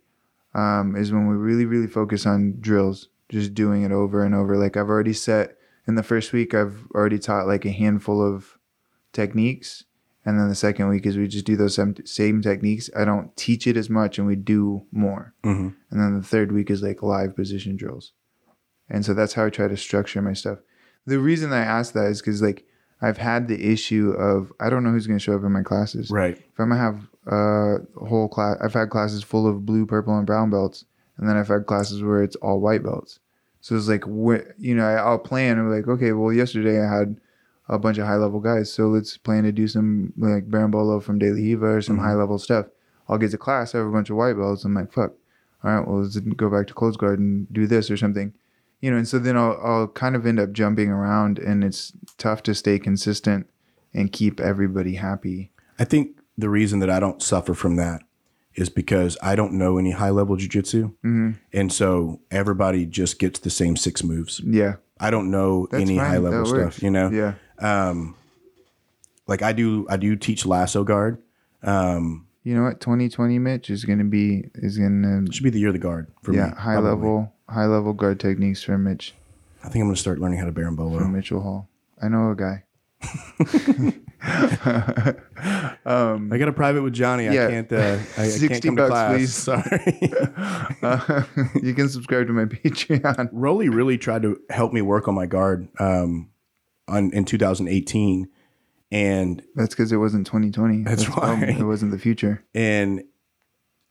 um, is when we really, really focus on drills, just doing it over and over. Like I've already set in the first week, I've already taught like a handful of techniques. And then the second week is we just do those same, same techniques. I don't teach it as much and we do more. Mhm. And then the third week is like live position drills. And so that's how I try to structure my stuff. The reason I ask that is because like I've had the issue of I don't know who's going to show up in my classes Right. if I'm gonna have uh, whole class, I've had classes full of blue, purple, and brown belts, and then I've had classes where it's all white belts. So it's like, wh- you know, I- I'll plan. I'm like, okay, well, yesterday I had a bunch of high level guys, so let's plan to do some like Barambolo from Daily Hiva or some high level stuff. I'll get to class, I have a bunch of white belts. I'm like, fuck, all right, well, let's go back to close guard and do this or something, you know. And so then I'll, I'll kind of end up jumping around, and it's tough to stay consistent and keep everybody happy. I think the reason that I don't suffer from that is because I don't know any high level jujitsu. Mm-hmm. And so everybody just gets the same six moves. Yeah. I don't know That's any fine, high level that stuff, works. you know? Yeah. Um, Like I do, I do teach lasso guard. Um, You know what? 2020 Mitch is going to be is going It to should be the year of the guard for me. yeah, high probably. level high level guard techniques for Mitch I think I'm going to start learning how to for barambolo. Mitchell Hall. I know a guy. Um, I got a private with Johnny. Yeah. I can't, uh, I, I 60 can't come bucks, to class. please. Sorry. Uh, you can subscribe to my Patreon. Rolly really tried to help me work on my guard um, on, in 2018, and That's because it wasn't 2020. That's the problem. right. It wasn't the future. and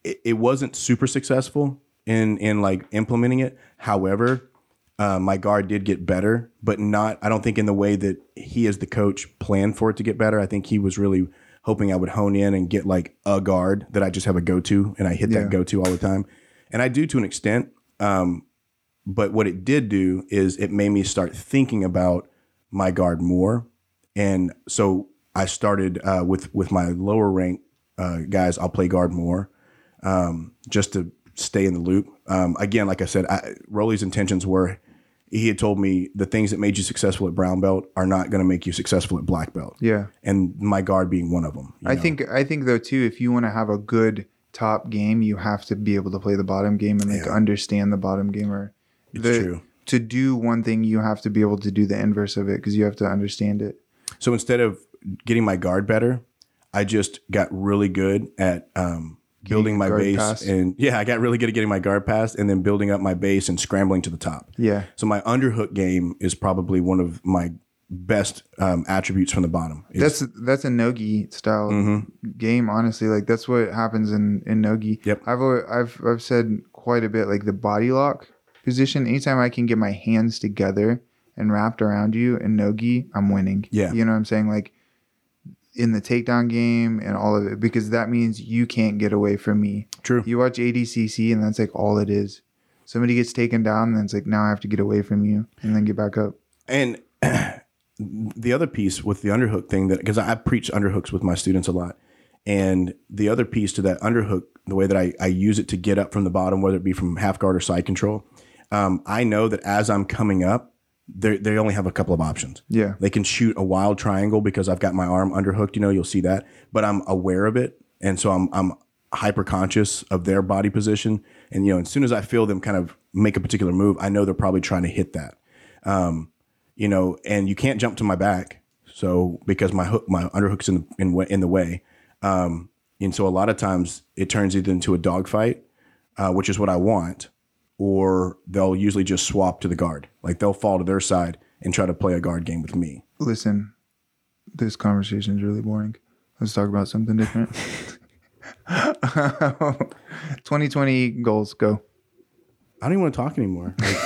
it, it wasn't super successful in in like implementing it. However, uh, my guard did get better, but not. I don't think in the way that he, as the coach, planned for it to get better. I think he was really hoping I would hone in and get like a guard that I just have a go to, and I hit Yeah. that go to all the time, and I do to an extent. Um, But what it did do is it made me start thinking about my guard more, and so I started uh, with with my lower rank uh, guys. I'll play guard more, um, just to stay in the loop. Um, again, like I said, I, Rolly's intentions were he had told me the things that made you successful at brown belt are not going to make you successful at black belt, Yeah. and my guard being one of them. you I know? think I think though too, if you want to have a good top game, you have to be able to play the bottom game and like Yeah. understand the bottom game. Or it's the- true. to do one thing, you have to be able to do the inverse of it because you have to understand it. So instead of getting my guard better, I just got really good at um, building my guard base pass. and yeah, I got really good at getting my guard passed and then building up my base and scrambling to the top. Yeah. So my underhook game is probably one of my best um, attributes from the bottom. It's- Mm-hmm. That's that's a nogi style game, honestly. Like that's what happens in in nogi. Yep. I've al- I've I've said quite a bit like the body lock position. Anytime I can get my hands together and wrapped around you in nogi, I'm winning. Yeah. you know what I'm saying? Like in the takedown game and all of it, because that means you can't get away from me. true. You watch ADCC and that's like all it is. Somebody gets taken down, and then it's like now I have to get away from you and then get back up. And the other piece with the underhook thing that because I preach underhooks with my students a lot, and the other piece to that underhook, the way that I, I use it to get up from the bottom, whether it be from half guard or side control, um, I know that as I'm coming up, they they only have a couple of options. Yeah. They can shoot a wild triangle because I've got my arm underhooked. You know, you'll see that, but I'm aware of it, and so I'm I'm hyper conscious of their body position. And you know, as soon as I feel them kind of make a particular move, I know they're probably trying to hit that. Um, you know, and you can't jump to my back, so because my hook my underhook's in the in, wa- in the way. Um, and so a lot of times it turns either into a dogfight, uh, which is what I want, or they'll usually just swap to the guard. Like they'll fall to their side and try to play a guard game with me. Listen, this conversation is really boring. Let's talk about something different. 2020 goals go. I don't even want to talk anymore. Like,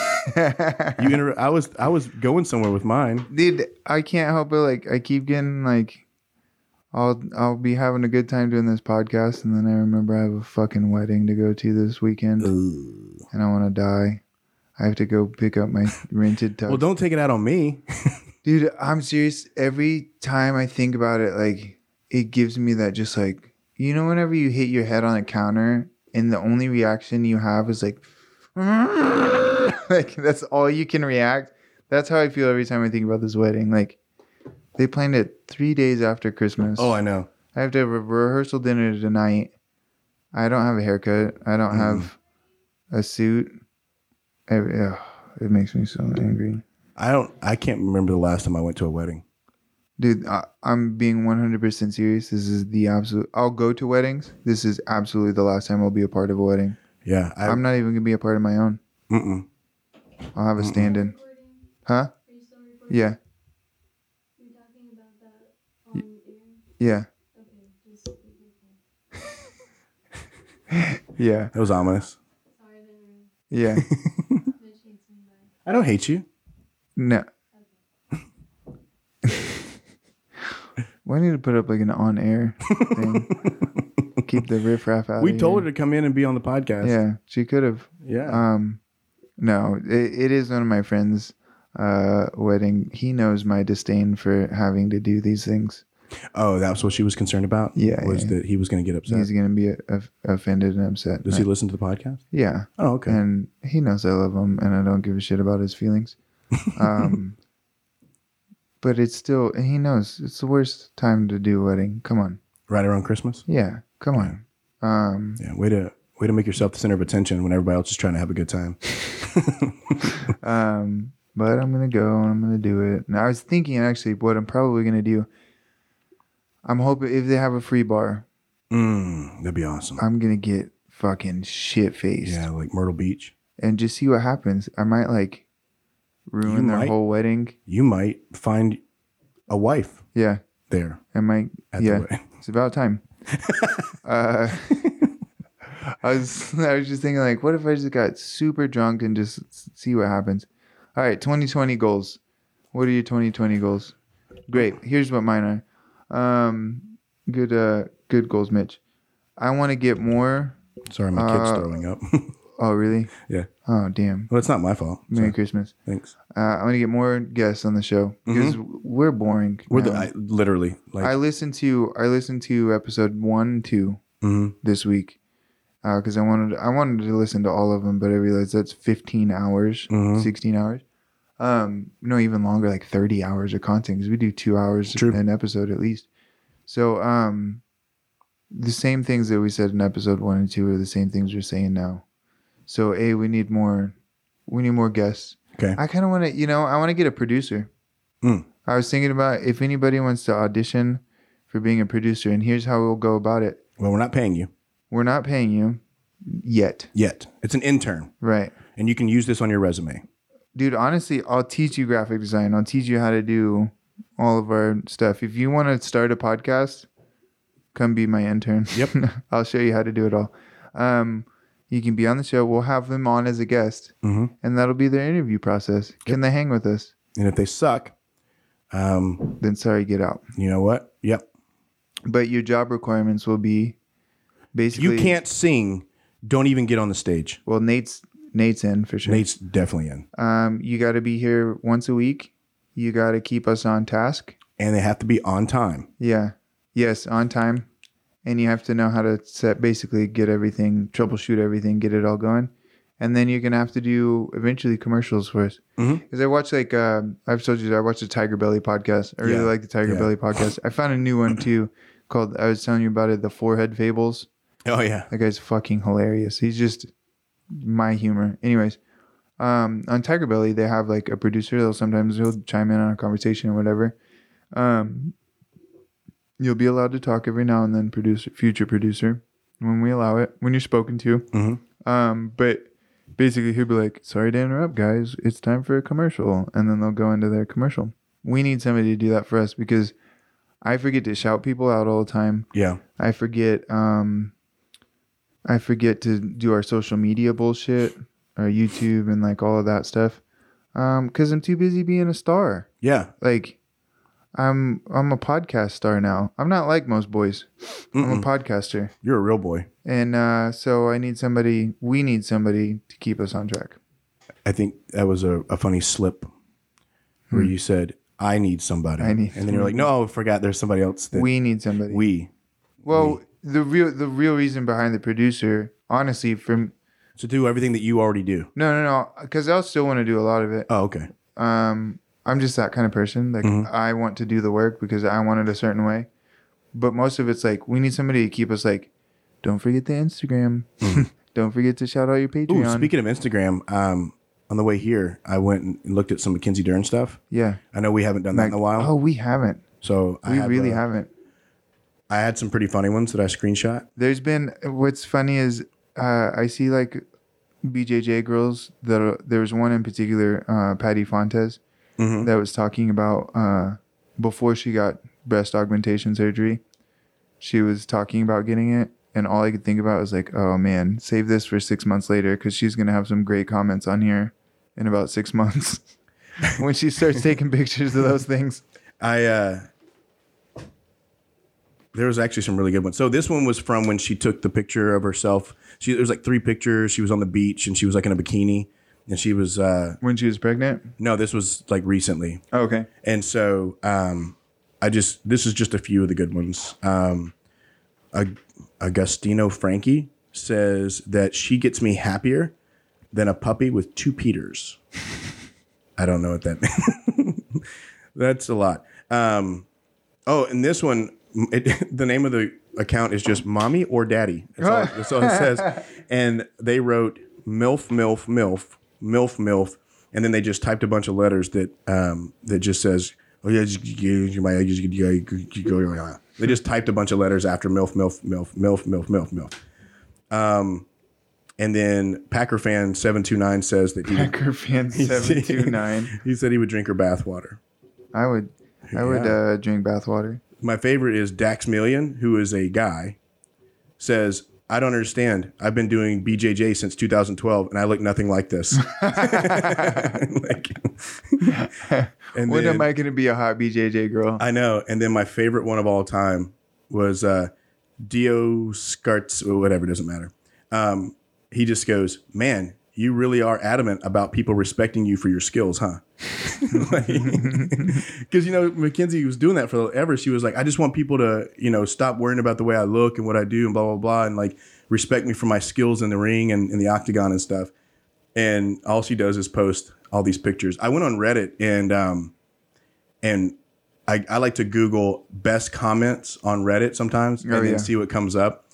you inter- I was I was going somewhere with mine. Dude, I can't help it. Like, I keep getting like, I'll I'll be having a good time doing this podcast, and then I remember I have a fucking wedding to go to this weekend, and I want to die. I have to go pick up my rented tux. Well, don't take it out on me. Dude, I'm serious. Every time I think about it, like it gives me that just like you know, whenever you hit your head on a counter and the only reaction you have is like, like that's all you can react. That's how I feel every time I think about this wedding. Like they planned it three days after Christmas. Oh, I know. I have to have a rehearsal dinner tonight. I don't have a haircut. I Mm-hmm. don't have a suit. I, ugh, it makes me so angry. I don't. I can't remember the last time I went to a wedding. Dude, I, I'm being 100% serious. This is the absolute. I'll go to weddings. This is absolutely the last time I'll be a part of a wedding. Yeah, I, I, am not even gonna be a part of my own. Mm-mm. I'll have a stand-in. Huh? Are you still recording? Yeah, You're talking about that on air? yeah, Okay, just be careful. yeah, That was ominous. Sorry, there yeah. were shades in my I don't hate you. no. Why need to put up like an on-air thing? Keep the riffraff out. we of told here. her to come in and be on the podcast. Yeah, she could have. yeah. Um, no, it, it is one of my friends' uh, wedding. He knows my disdain for having to do these things. oh, that's what she was concerned about. Yeah, was yeah, that he was going to get upset? He's gonna be of offended and upset. Does he listen to the podcast? Yeah, Oh, okay. and he knows I love him, and I don't give a shit about his feelings. Um, but it's still, and he knows it's the worst time to do a wedding. Come on, right around Christmas. yeah, come on. Um, Yeah. Way to way to make yourself the center of attention when everybody else is trying to have a good time. Um, but I'm gonna go and I'm gonna do it. And I was thinking actually, what I'm probably gonna do. I'm hoping if they have a free bar, Mm, that'd be awesome. I'm gonna get fucking shit faced Yeah, like Myrtle Beach. and just see what happens. I might like ruin You their might. whole wedding. You might find a wife Yeah, there I might. at yeah, the wedding. it's about time. uh, I was I was just thinking like, what if I just got super drunk and just s- see what happens? All right, 2020 goals. What are your 2020 goals? Great. Here's what mine are. Um, good. Uh, good goals, Mitch. I want to get more Sorry, my kid's Uh, throwing up. Oh, really? Yeah. Oh, damn. Well, it's not my fault. so Merry Christmas. thanks. Uh, I'm gonna get more guests on the show because we're boring. Mm-hmm. We're the now. I, literally like I listened to I listened to episode one two mhm. this week because I wanted I wanted to listen to all of them, but I realized that's 15 hours, Mhm. 16 hours. Um, no, even longer, like 30 hours of content because we do two hours True. an episode at least. So um, the same things that we said in episode one and two are the same things we're saying now. So a we need more we need more guests. Okay. I kind of want to, you know, I want to get a producer. Mm. I was thinking about if anybody wants to audition for being a producer, and here's how we'll go about it. well, we're not paying you We're not paying you yet, yet. It's an intern, right? and you can use this on your resume. Dude, honestly, I'll teach you graphic design. I'll teach you how to do all of our stuff. If you want to start a podcast, come be my intern. Yep. I'll show you how to do it all. Um, you can be on the show. We'll have them on as a guest, Mhm. and that'll be their interview process. Can they hang with us? And if they suck, um, Then sorry, get out. you know what? Yep. But your job requirements will be If basically you can't sing, don't even get on the stage. Well, Nate's Nate's in for sure. Nate's definitely in, Um, you got to be here once a week. You got to keep us on task. and they have to be on time. Yeah. Yes, on time. And you have to know how to set basically get everything, troubleshoot everything, get it all going. And then you're gonna have to do eventually commercials for us. Because Mhm. I watch like um, I've told you that I watched the Tiger Belly podcast. I really Yeah. like the Tiger Yeah. Belly podcast. I found a new one too called I was telling you about it, the Forehead Fables. Oh yeah. That guy's fucking hilarious. He's just my humor. Anyways, um, on Tiger Belly, they have like a producer. They'll sometimes he'll chime in on a conversation or whatever. Um, you'll be allowed to talk every now and then, producer, future producer, when we allow it, when you're spoken to. Mhm. Um, but basically, he'll be like, "Sorry to interrupt, guys. It's time for a commercial," and then they'll go into their commercial. We need somebody to do that for us because I forget to shout people out all the time. Yeah. I forget um I forget to do our social media bullshit, our YouTube and like all of that stuff. Um cuz I'm too busy being a star. Yeah. Like I'm I'm a podcast star now. I'm not like most boys. I'm a Mm-mm. podcaster. You're a real boy. And uh so I need somebody we need somebody to keep us on track. I think that was a, a funny slip where you said, I need somebody. Hmm. I need and then you're like, no, I forgot there's somebody else that we, We need somebody. well, the real the real reason behind the producer, honestly, from to do everything that you already do. no no no cuz I'll still want to do a lot of it. Oh, okay. um i'm just that kind of person like Mm-hmm. i want to do the work because i want it a certain way but most of it's like we need somebody to keep us like don't forget the instagram don't forget to shout out your Mm-hmm. Ooh, patreon speaking of Instagram, um, on the way here, I went and looked at some Mackenzie Dern stuff. yeah I know we haven't done that in a while. oh we haven't so I we have, really uh, haven't I had some pretty funny ones that I screenshot. there's been what's funny is uh i see like bjj girls that are, there was one in particular uh patty fontes Mhm. that was talking about uh before she got breast augmentation surgery she was talking about getting it and all i could think about was like oh man save this for six months later because she's going to have some great comments on here in about six months when she starts taking pictures of those things I uh there was actually some really good ones. So this one was from when she took the picture of herself. She there was like three pictures. She was on the beach and she was like in a bikini. And she was uh when she was pregnant no, this was like recently. okay And so um I just this is just a few of the good ones. Um Ag- Agustino Frankie says that she gets me happier than a puppy with two Peters. I don't know what that means. That's a lot. Um, oh, and this one, it, the name of the account is just "Mommy or Daddy." That's all, that's all it says. And they wrote "milf, milf, milf, milf, milf," and then they just typed a bunch of letters that um, that just says, "Oh yeah." They just typed a bunch of letters after milf, milf, milf, milf, milf, milf, milf. Um, and then Packer fan seven two nine says that he Hacker fan 729 he said he would drink her bathwater. i would i would Yeah. uh, drink bath water My favorite is Dax Million, who is a guy, says, I don't understand. I've been doing BJJ since 2012 and I look nothing like this. like, and when then, am i going to be a hot bjj girl I know. And then my favorite one of all time was uh, Dio Scarts, or whatever, doesn't matter. Um, he just goes, "Man, you really are adamant about people respecting you for your skills, huh?" Because you know Mackenzie was doing that forever. She was like, "I just want people to you know stop worrying about the way I look and what I do and blah blah blah and like respect me for my skills in the ring and in the octagon and stuff." And all she does is post all these pictures. I went on Reddit and um and I, I like to Google best comments on Reddit sometimes Oh, and then yeah. see what comes up.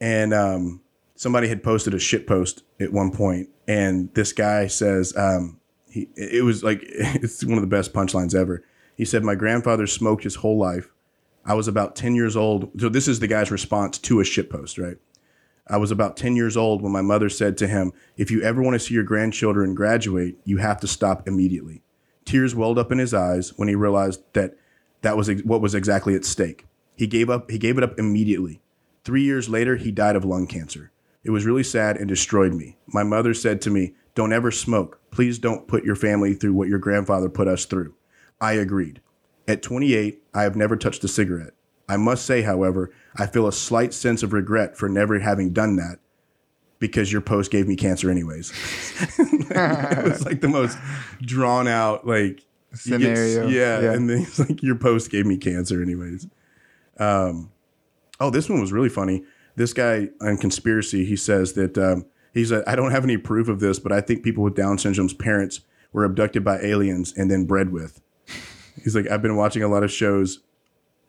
And um, somebody had posted a shit post at one point, and this guy says um, he it was like it's one of the best punchlines ever. He said, "My grandfather smoked his whole life. I was about ten years old." So this is the guy's response to a shit post, right? I was about 10 years old when my mother said to him, If you ever want to see your grandchildren graduate, you have to stop immediately. Tears welled up in his eyes when he realized that that was ex- what was exactly at stake. He gave up, he gave it up immediately. Three years later, he died of lung cancer. It was really sad and destroyed me. My mother said to me, Don't ever smoke. Please don't put your family through what your grandfather put us through. I agreed. At 28, I have never touched a cigarette. I must say, however, I feel a slight sense of regret for never having done that because your post gave me cancer anyways. it was like the most drawn out like you get- Scenario, yeah, yeah. and then it's like your post gave me cancer anyways. Um oh, this one was really funny. This guy on conspiracy, he says that um, he said I don't have any proof of this, but I think people with Down syndrome's parents were abducted by aliens and then bred with. He's like, I've been watching a lot of shows,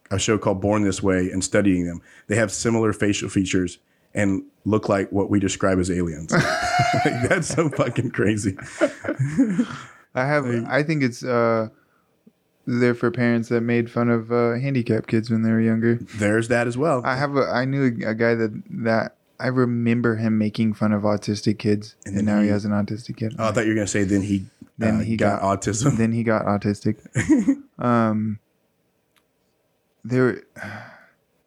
a show called Born This Way, and studying them. They have similar facial features and look like what we describe as aliens. like, that's so fucking crazy. I have. I think it's uh, there for parents that made fun of uh, handicapped kids when they were younger. There's that as well. I have. A, I knew a guy that that I remember him making fun of autistic kids, and, then now he, he- has an autistic kid. oh, I thought you were gonna say then he Then uh, he got, got- autism. then he got autistic. um, there.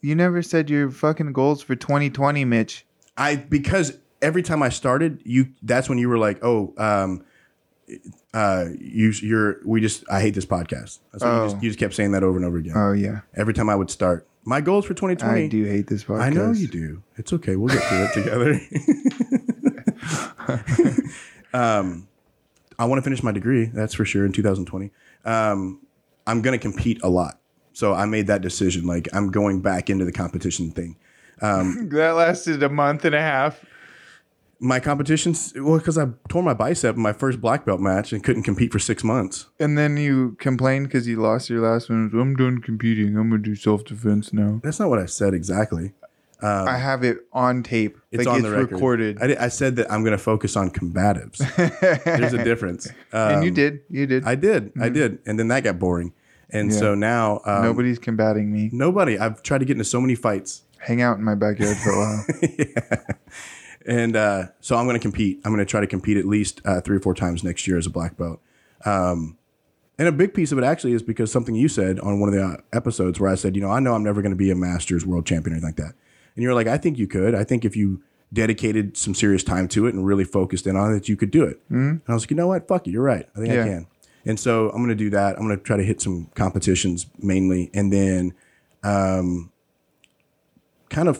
You never said your fucking goals for 2020, Mitch. I because every time I started, you that's when you were like, oh, um, uh, you you're we just I hate this podcast. That's what you, Oh. just, you just kept saying that over and over again. Oh yeah, every time I would start, my goals for 2020. I do hate this podcast. I know you do. It's okay. We'll get through it together. um, I want to finish my degree. That's for sure in 2020. Um, I'm going to compete a lot. So I made that decision. Like I'm going back into the competition thing. That lasted a month and a half. My competitions, well, because I tore my bicep in my first black belt match and couldn't compete for six months. And then you complained because you lost your last one. I'm done competing. I'm gonna do self defense now. That's not what I said exactly. I have it on tape. Uh, It's like on it's the record. recorded. I, di- I said that I'm going to focus on combatives. There's a difference. and you Um, did. You did. I did. I did. And then that got boring. And Yeah. so now um, nobody. Nobody's combating me. Nobody. I've tried to get into so many fights, Hang out in my backyard for a while. and uh, so I'm going to compete. I'm going to try to compete at least uh, three or four times next year as a black belt. Um, and a big piece of it actually is because something you said on one of the uh, episodes where I said, you know, I know I'm never going to be a masters world champion or anything like that. And you're like, I think you could. I think if you dedicated some serious time to it and really focused in on it, you could do it. And I was like, you know what? Fuck it. You're right. I think Yeah. I can. And so I'm going to do that. I'm going to try to hit some competitions mainly. And then um, kind of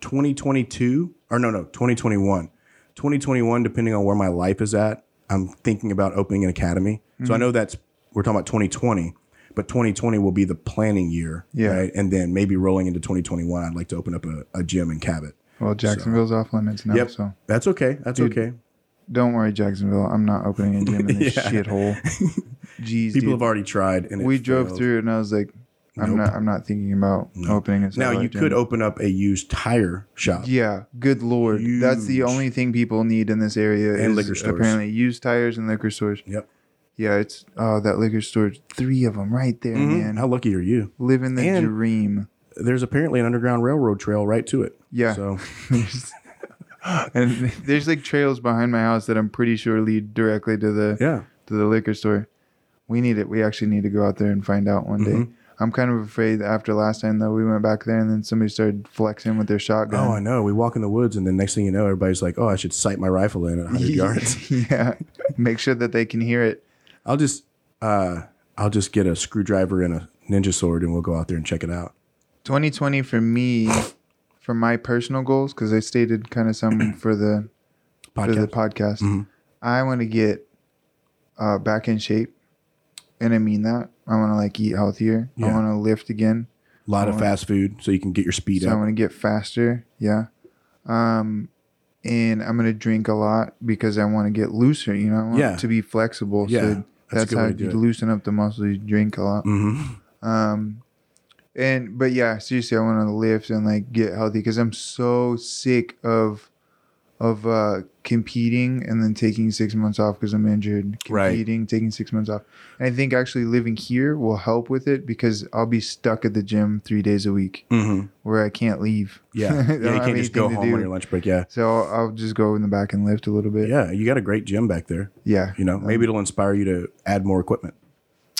2022 or no no 2021 2021 depending on where my life is at i'm thinking about opening an academy so i Mm-hmm. know that's we're talking about 2020 but 2020 will be the planning year Yeah. and then maybe rolling into 2021 i'd like to open up a, a gym in cabot well, Jacksonville's off limits now, yep so that's okay that's Dude, okay don't worry, Jacksonville. I'm not opening a gym in this Yeah. shithole. Jeez, people dude. have already tried and it we drove failed. through and I was like, I'm Nope. not. I'm not thinking about opening a. now you satellite gym. could open up a used tire shop Yeah, good lord. That's the Huge. only thing people need in this area And is liquor stores. apparently used tires and liquor stores. yep Yeah, it's oh that liquor store, three of them right there, Mhm. man. how lucky are you Living the And- dream. there's apparently an underground railroad trail right to it Yeah. so and there's like trails behind my house that I'm pretty sure lead directly to the yeah to the liquor store. We need it. We actually need to go out there and find out one Mm-hmm. day. I'm kind of afraid after last time though we went back there and then somebody started flexing with their shotgun. Oh, I know. We walk in the woods, and then next thing you know, everybody's like, "Oh, I should sight my rifle Oh, in at 100 yards." yeah. Make sure that they can hear it. I'll just, uh, I'll just get a screwdriver and a ninja sword, and we'll go out there and check it out. 2020 for me, for my personal goals because I stated kind of some for the for the Podcast. Mm-hmm. podcast. I want to get uh, back in shape, and I mean that. I want to like eat healthier. I Yeah. want to lift again. A lot of fast food, so you can get your speed So I up. want to get faster. Yeah. Um, and I'm gonna drink a lot because I want to get looser. You know, I want Yeah. to be flexible. Yeah, that's So a that's, good how way to do you it. loosen up the muscles. You drink a lot. Mm-hmm. Um, and but yeah, seriously, I want to lift and like get healthy because I'm so sick of of uh competing and then taking six months off because I'm injured. Right. Competing, taking six months off, and I think actually living here will help with it because I'll be stuck at the gym three days a week Mm-hmm. where I can't leave. Yeah. yeah, I you don't have can't just go anything to home do. on your lunch break. Yeah, So I'll, I'll just go in the back and lift a little bit. yeah. You got a great gym back there. Yeah. You know, maybe it'll inspire you to add more equipment.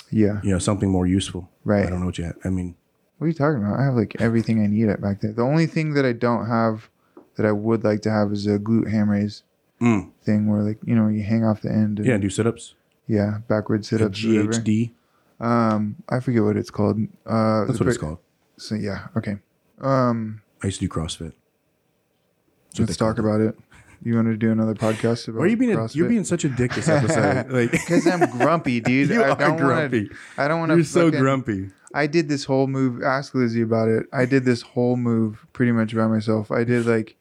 Yeah. You know, something more useful. Right. I don't know what you. Have. I mean, What are you talking about? I have like everything I need at back there. The only thing that I don't have that I would like to have is a glute ham raise Mm. thing where like you know you hang off the end. And, yeah, do sit ups. yeah, backward sit ups. Whatever. GHD. Um, I forget what it's called. Uh, That's the what it's per- called. So yeah, okay. Um, I used to do CrossFit. That's what let's they call talk about it. You want to do another podcast about? Why are you being a, CrossFit? you're being such a dick this episode? Like, Because I'm grumpy, dude. You I are don't wanna- grumpy. I don't want to. you're so grumpy. I did this whole move. Ask Lizzie about it. I did this whole move pretty much by myself. I did like,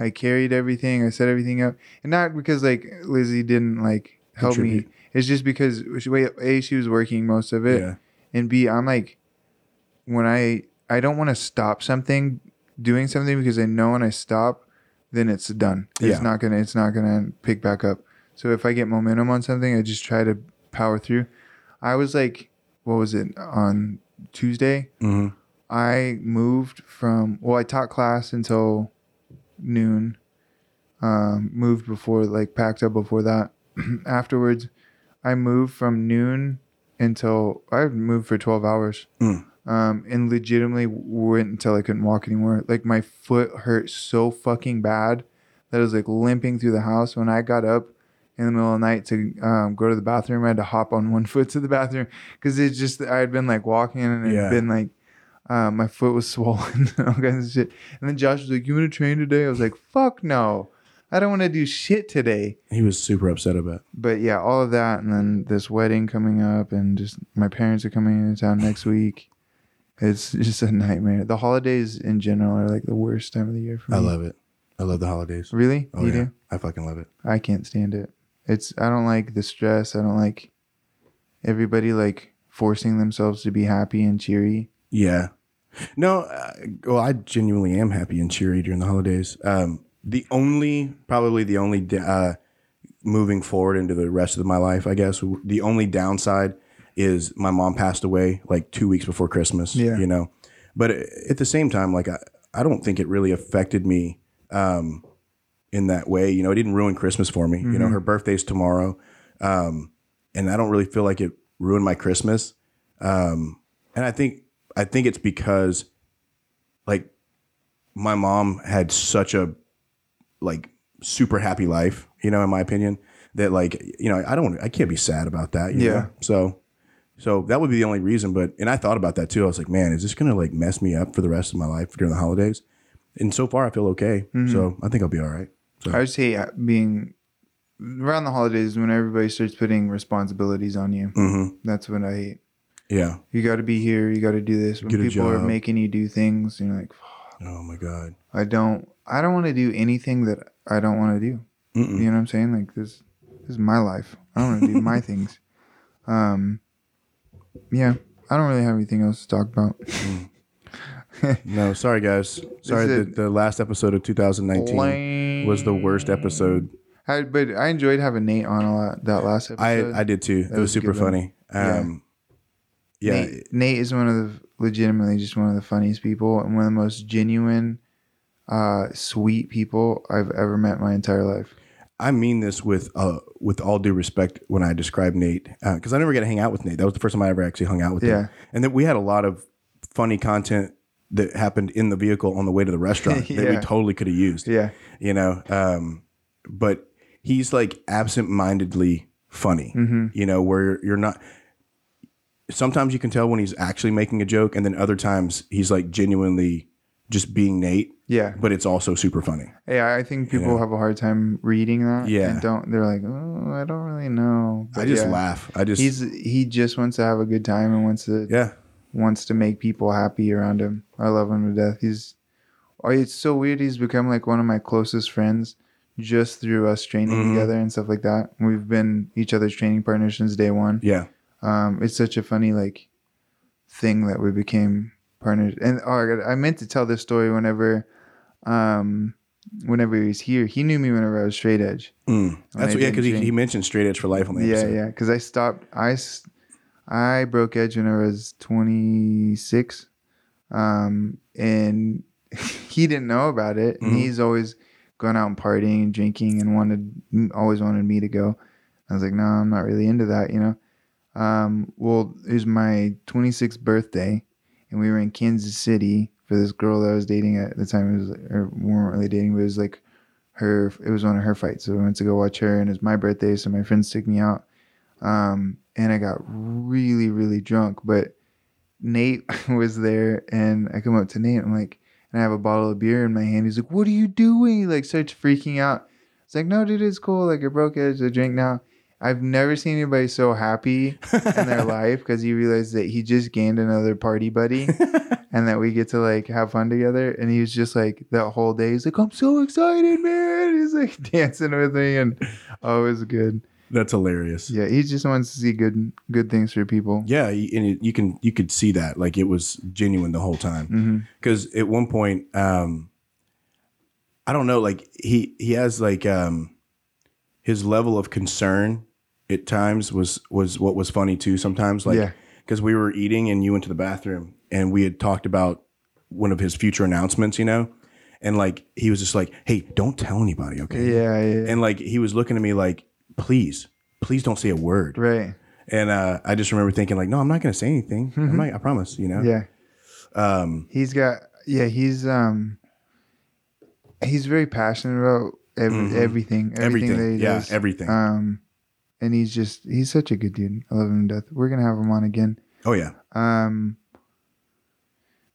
I carried everything. I set everything up, and not because like Lizzie didn't like help Contribute. me. It's just because she, wait, a she was working most of it, Yeah. and b I'm like, when I I don't want to stop something, doing something because I know when I stop, then it's done. Yeah. It's not gonna it's not gonna pick back up. So if I get momentum on something, I just try to power through. I was like, what was it on Tuesday? hmm I moved from well, I taught class until noon. Um, moved before like packed up before that. Afterwards, I moved from noon until I moved for twelve hours. Mm. Um, and legitimately went until I couldn't walk anymore. Like my foot hurt so fucking bad that I was like limping through the house. When I got up in the middle of the night to um, go to the bathroom, I had to hop on one foot to the bathroom because it's just I had been like walking and it Yeah. had been like uh, my foot was swollen and all kinds of shit. And then Josh was like, "You want to train today?" I was like, "Fuck no, I don't want to do shit today." He was super upset about. it. But yeah, all of that, and then this wedding coming up, and just my parents are coming into town next week. It's just a nightmare. The holidays in general are like the worst time of the year for me. I love it. I love the holidays. Really? Oh Mm-hmm. you yeah, do? I fucking love it. I can't stand it. It's I don't like the stress. I don't like everybody like forcing themselves to be happy and cheery. Yeah. No, uh, well, I genuinely am happy and cheery during the holidays. Um, the only, probably the only, da- uh, moving forward into the rest of my life, I guess, w- the only downside is my mom passed away like two weeks before Christmas, Yeah. you know? But a- at the same time, like, I, I don't think it really affected me um, in that way. You know, it didn't ruin Christmas for me. You know, her birthday's tomorrow. Um, and I don't really feel like it ruined my Christmas. Um, and I think I think it's because like my mom had such a like super happy life, you know, in my opinion, that like, you know, I don't I can't be sad about that. you Yeah. know? So so that would be the only reason. But and I thought about that too. I was like, man, is this gonna like mess me up for the rest of my life during the holidays? And so far I feel okay. Mm-hmm. So I think I'll be all right. So I just hate being around the holidays when everybody starts putting responsibilities on you. Mhm. That's what I hate. yeah. You got to be here. You got to do this. When Get a people are job. making you do things, and you're like, Oh my God. I don't. I don't want to do anything that I don't want to do. Mm-mm. You know what I'm saying? Like this. This is my life. I want to do my things. Um. Yeah, I don't really have anything else to talk about. No, sorry guys. Sorry This is that the last episode of 2019 was the worst episode. I, but I enjoyed having Nate on a lot that last episode. I I did too. It was, was a super good one. funny. Um, yeah, Nate, Nate is one of the legitimately just one of the funniest people and one of the most genuine, uh, sweet people I've ever met in my entire life. I mean this with uh with all due respect when I describe Nate because I never got to hang out with Nate. That was the first time I ever actually hung out with Yeah. him. And then we had a lot of funny content that happened in the vehicle on the way to the restaurant that we Yeah. totally could have used. Yeah, you know um but he's like absent-mindedly funny Mm. mm-hmm, you know where you're not sometimes you can tell when he's actually making a joke and then other times he's like genuinely just being nate Yeah. but it's also super funny. Yeah, I think people have a hard time reading that. Yeah. And don't they're like, oh, I don't really know. I just yeah. laugh. I just He's he just wants to have a good time and wants to yeah. wants to make people happy around him. I love him to death. He's oh, it's so weird. He's become like one of my closest friends just through us training Mhm. together and stuff like that. We've been each other's training partners since day one. Yeah. Um, it's such a funny like thing that we became partners. And oh, I, got- I meant to tell this story whenever, um, whenever he was here. He knew me whenever I was straight edge. Mm. That's I what, yeah, because he, didn't he mentioned straight edge for life on the yeah, episode. yeah. Because I stopped. I s- I broke edge when I was 26, um, and he didn't know about it. And Mhm. he's always gone out and partying and drinking, and wanted always wanted me to go. I was like, no, I'm not really into that, you know. Um, well, it was my 26th birthday, and we were in Kansas City for this girl that I was dating at the time. It was, or we weren't really dating, but it was like her. It was one of her fights, so we went to go watch her, and it's my birthday, so my friends took me out. Um, and I got really, really drunk, but Nate was there, and I come up to Nate, I'm like, and I have a bottle of beer in my hand. He's like, "What are you doing?" He, like starts freaking out. It's like, "No, dude, it's cool. Like I broke it. I drink now." I've never seen anybody so happy in their life because he realized that he just gained another party buddy and that we get to like have fun together. And he was just like that whole day. He's like, I'm so excited, man. He's like dancing with me and oh, it was good. That's hilarious. Yeah, he just wants to see good good things for people. Yeah, y- and it, you can you could see that like it was genuine the whole time. hmm Because at one point, um, I don't know, like he he has like um, his level of concern at times was was what was funny too. Sometimes like Yeah. because we were eating and you went to the bathroom and we had talked about one of his future announcements, you know, and like he was just like, "Hey, don't tell anybody, okay?" Yeah, yeah. And like he was looking at me like, "Please, please don't say a word." right. And uh, I just remember thinking, like, no, I'm not going to say anything. I'm not, I promise, you know? Mm-hmm. Yeah. Um, He's got yeah, he's um he's very passionate about ev- Mhm. everything, everything. everything. that he yeah, does. everything. Um, and he's just he's such a good dude. I love him to death. We're gonna have him on again. oh, yeah. Um,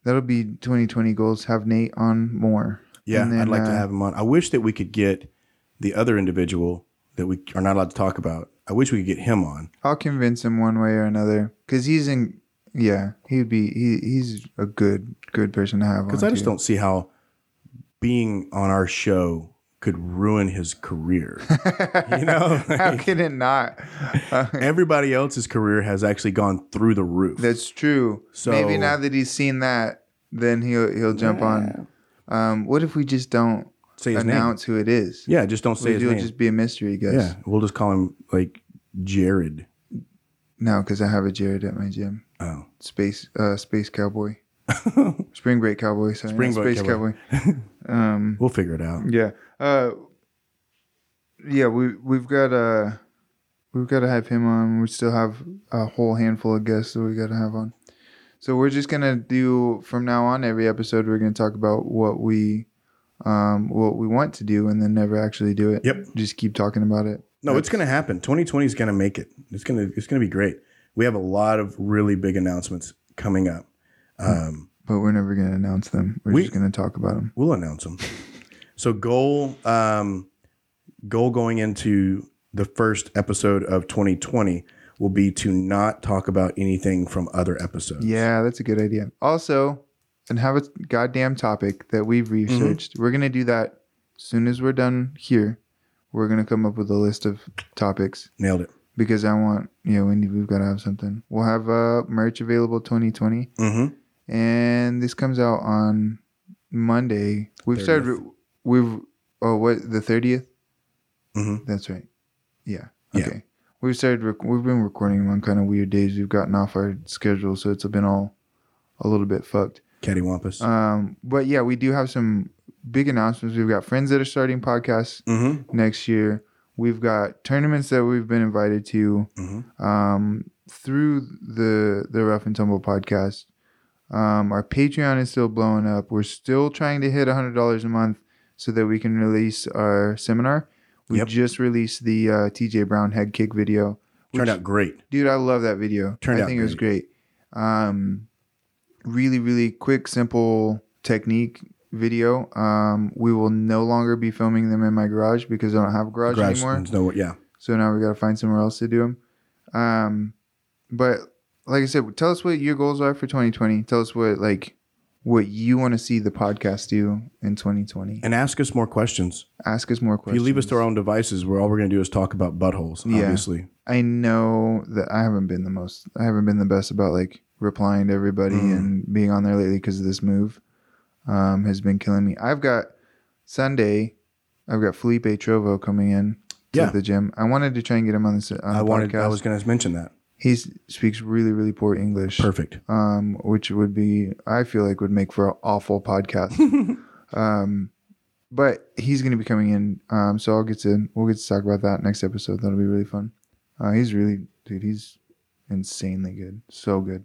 that'll be 2020 goals. Have Nate on more. Yeah. And then, I'd like to uh, have him on. I wish that we could get the other individual that we are not allowed to talk about. I wish we could get him on. I'll convince him one way or another because he's in. Yeah, he'd be he he's a good good person to have. Because on, I just too. don't see how being on our show could ruin his career. you know? How can it not? Uh, Everybody else's career has actually gone through the roof. that's true. So- maybe now that he's seen that, then he'll he'll jump on. Um, what if we just don't say his name. announce who it is? Yeah, just don't say his it'll name. just be a mystery, guys. yeah, we'll just call him like Jared. No, because I have a Jared at my gym. Oh. Space, uh, space cowboy, spring break cowboy. Sorry, Spring spring Break space Cowboy. cowboy. um, We'll figure it out. yeah, uh, yeah. We we've got uh, we've got to have him on. We still have a whole handful of guests that we got to have on. So we're just gonna do from now on every episode. We're gonna talk about what we, um, what we want to do, and then never actually do it. Yep. Just keep talking about it. No, it's going to happen. 2020 is going to make it. It's going to it's going to be great. We have a lot of really big announcements coming up. Um, But we're never gonna announce them. We're We- just gonna talk about them. we'll announce them. So goal um, goal going into the first episode of 2020 will be to not talk about anything from other episodes. Yeah, that's a good idea. Also, and have a goddamn topic that we've researched. We're gonna do that soon as we're done here. We're gonna come up with a list of topics Nailed it. because I want you know we need, we've got to have something. We'll have uh, merch available 2020, hmm and this comes out on Monday. We've started. We've oh what the 30th. hmm That's right. Yeah. Yeah. Okay. We've started. Rec- we've been recording on kind of weird days. We've gotten off our schedule, so it's been all a little bit fucked. Cattywampus. Um, but yeah, we do have some big announcements. We've got friends that are starting podcasts hmm next year. We've got tournaments that we've been invited to hmm um, through the the Rough and Tumble podcast. Um, our Patreon is still blowing up. We're still trying to hit hundred dollars a month so that we can release our seminar. We Yep. just released the uh, TJ Brown head kick video. Turned out great. Dude, I love that video. Turned I out think it was great. Um, really, really quick, simple technique video. Um, we will no longer be filming them in my garage because I don't have a garage, Garage, anymore. there's no- yeah. So now we got to find somewhere else to do them. Um, but like I said, tell us what your goals are for 2020. Tell us what like what you want to see the podcast do in 2020. And ask us more questions. Ask us more If questions. you leave us to our own devices, where all we're going to do is talk about buttholes, Yeah. obviously. I know that I haven't been the most. I haven't been the best about like replying to everybody Mm. and being on there lately because of this move. Um, has been killing me. I've got Sunday. I've got Felipe Trovo coming in to Yeah. the gym. I wanted to try and get him on this on the I wanted. podcast. I was going to mention that. he s- speaks really really poor English. Perfect. um, which would be I feel like would make for an awful podcast. um, but he's going to be coming in, um, so I'll get to we'll get to talk about that next episode. That'll be really fun. Uh, he's really dude. He's insanely good, so good.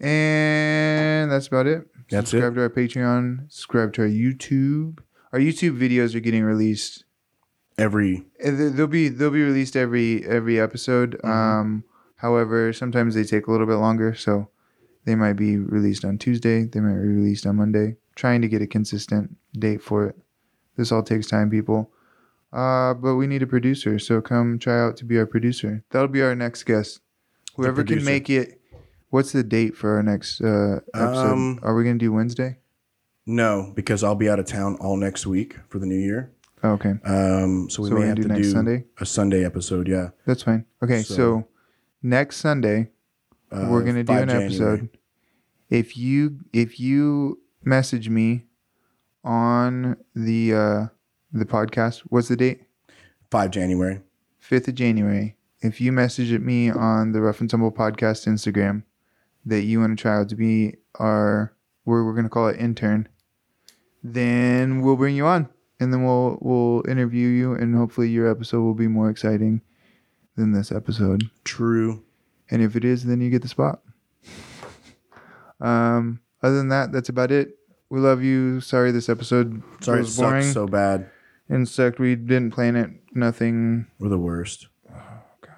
And that's about it. That's subscribe to our Patreon. Subscribe to our YouTube. Our YouTube videos are getting released Every uh, they- they'll be they'll be released every every episode. Mm-hmm. Um, however, sometimes they take a little bit longer, so they might be released on Tuesday. They might be released on Monday. Trying to get a consistent date for it. This all takes time, people. Uh, but we need a producer, so come try out to be our producer. That'll be our next guest. Whoever can producer. make it. What's the date for our next uh, episode? Um, Are we gonna do Wednesday? no, because I'll be out of town all next week for the new year. Oh, okay, Um, so we So we're may gonna have do to next do Sunday? a Sunday episode. Yeah, that's fine. Okay, So- so next Sunday Uh, we're gonna do by an January. episode. If you if you message me on the uh, the podcast, what's the date? Five January. Fifth of January. If you message at me on the Rough and Tumble podcast Instagram that you want to try out to be our we're, we're gonna call it intern, then we'll bring you on and then we'll we'll interview you and hopefully your episode will be more exciting than this episode. True. And if it is, then you get the spot. Um, other than that, that's about it. We love you. Sorry this episode Sorry, it was sucked boring so bad. and sucked. We didn't plan it. Nothing. We're the worst. Oh God,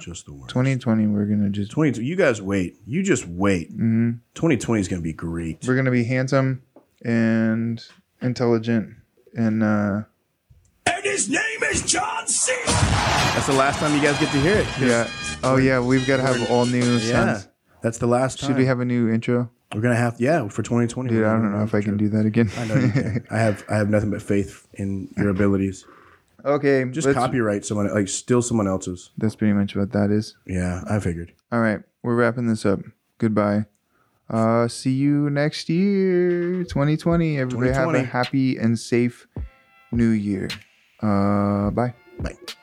just the worst. 2020, we're gonna just 20 you guys wait. You just wait. Mhm. 2020 is going to be great. we're gonna be handsome and intelligent and uh, And his name is John C. That's the last time you guys get to hear it. 'cause- yeah. Oh yeah, we've got to have all new Yeah. sounds. That's the last time. Should we have a new intro? We're going to have yeah, for 2020. Dude, we're I gonna don't know have if I can intro. do that again. I know you can. I have I have nothing but faith in your abilities. okay, Just let's- copyright someone like steal someone else's. That's pretty much what that is. Yeah, I figured. All right, we're wrapping this up. Goodbye. Uh, see you next year, 2020. Everybody have a 2020. happy and safe new year. Uh, bye. Bye.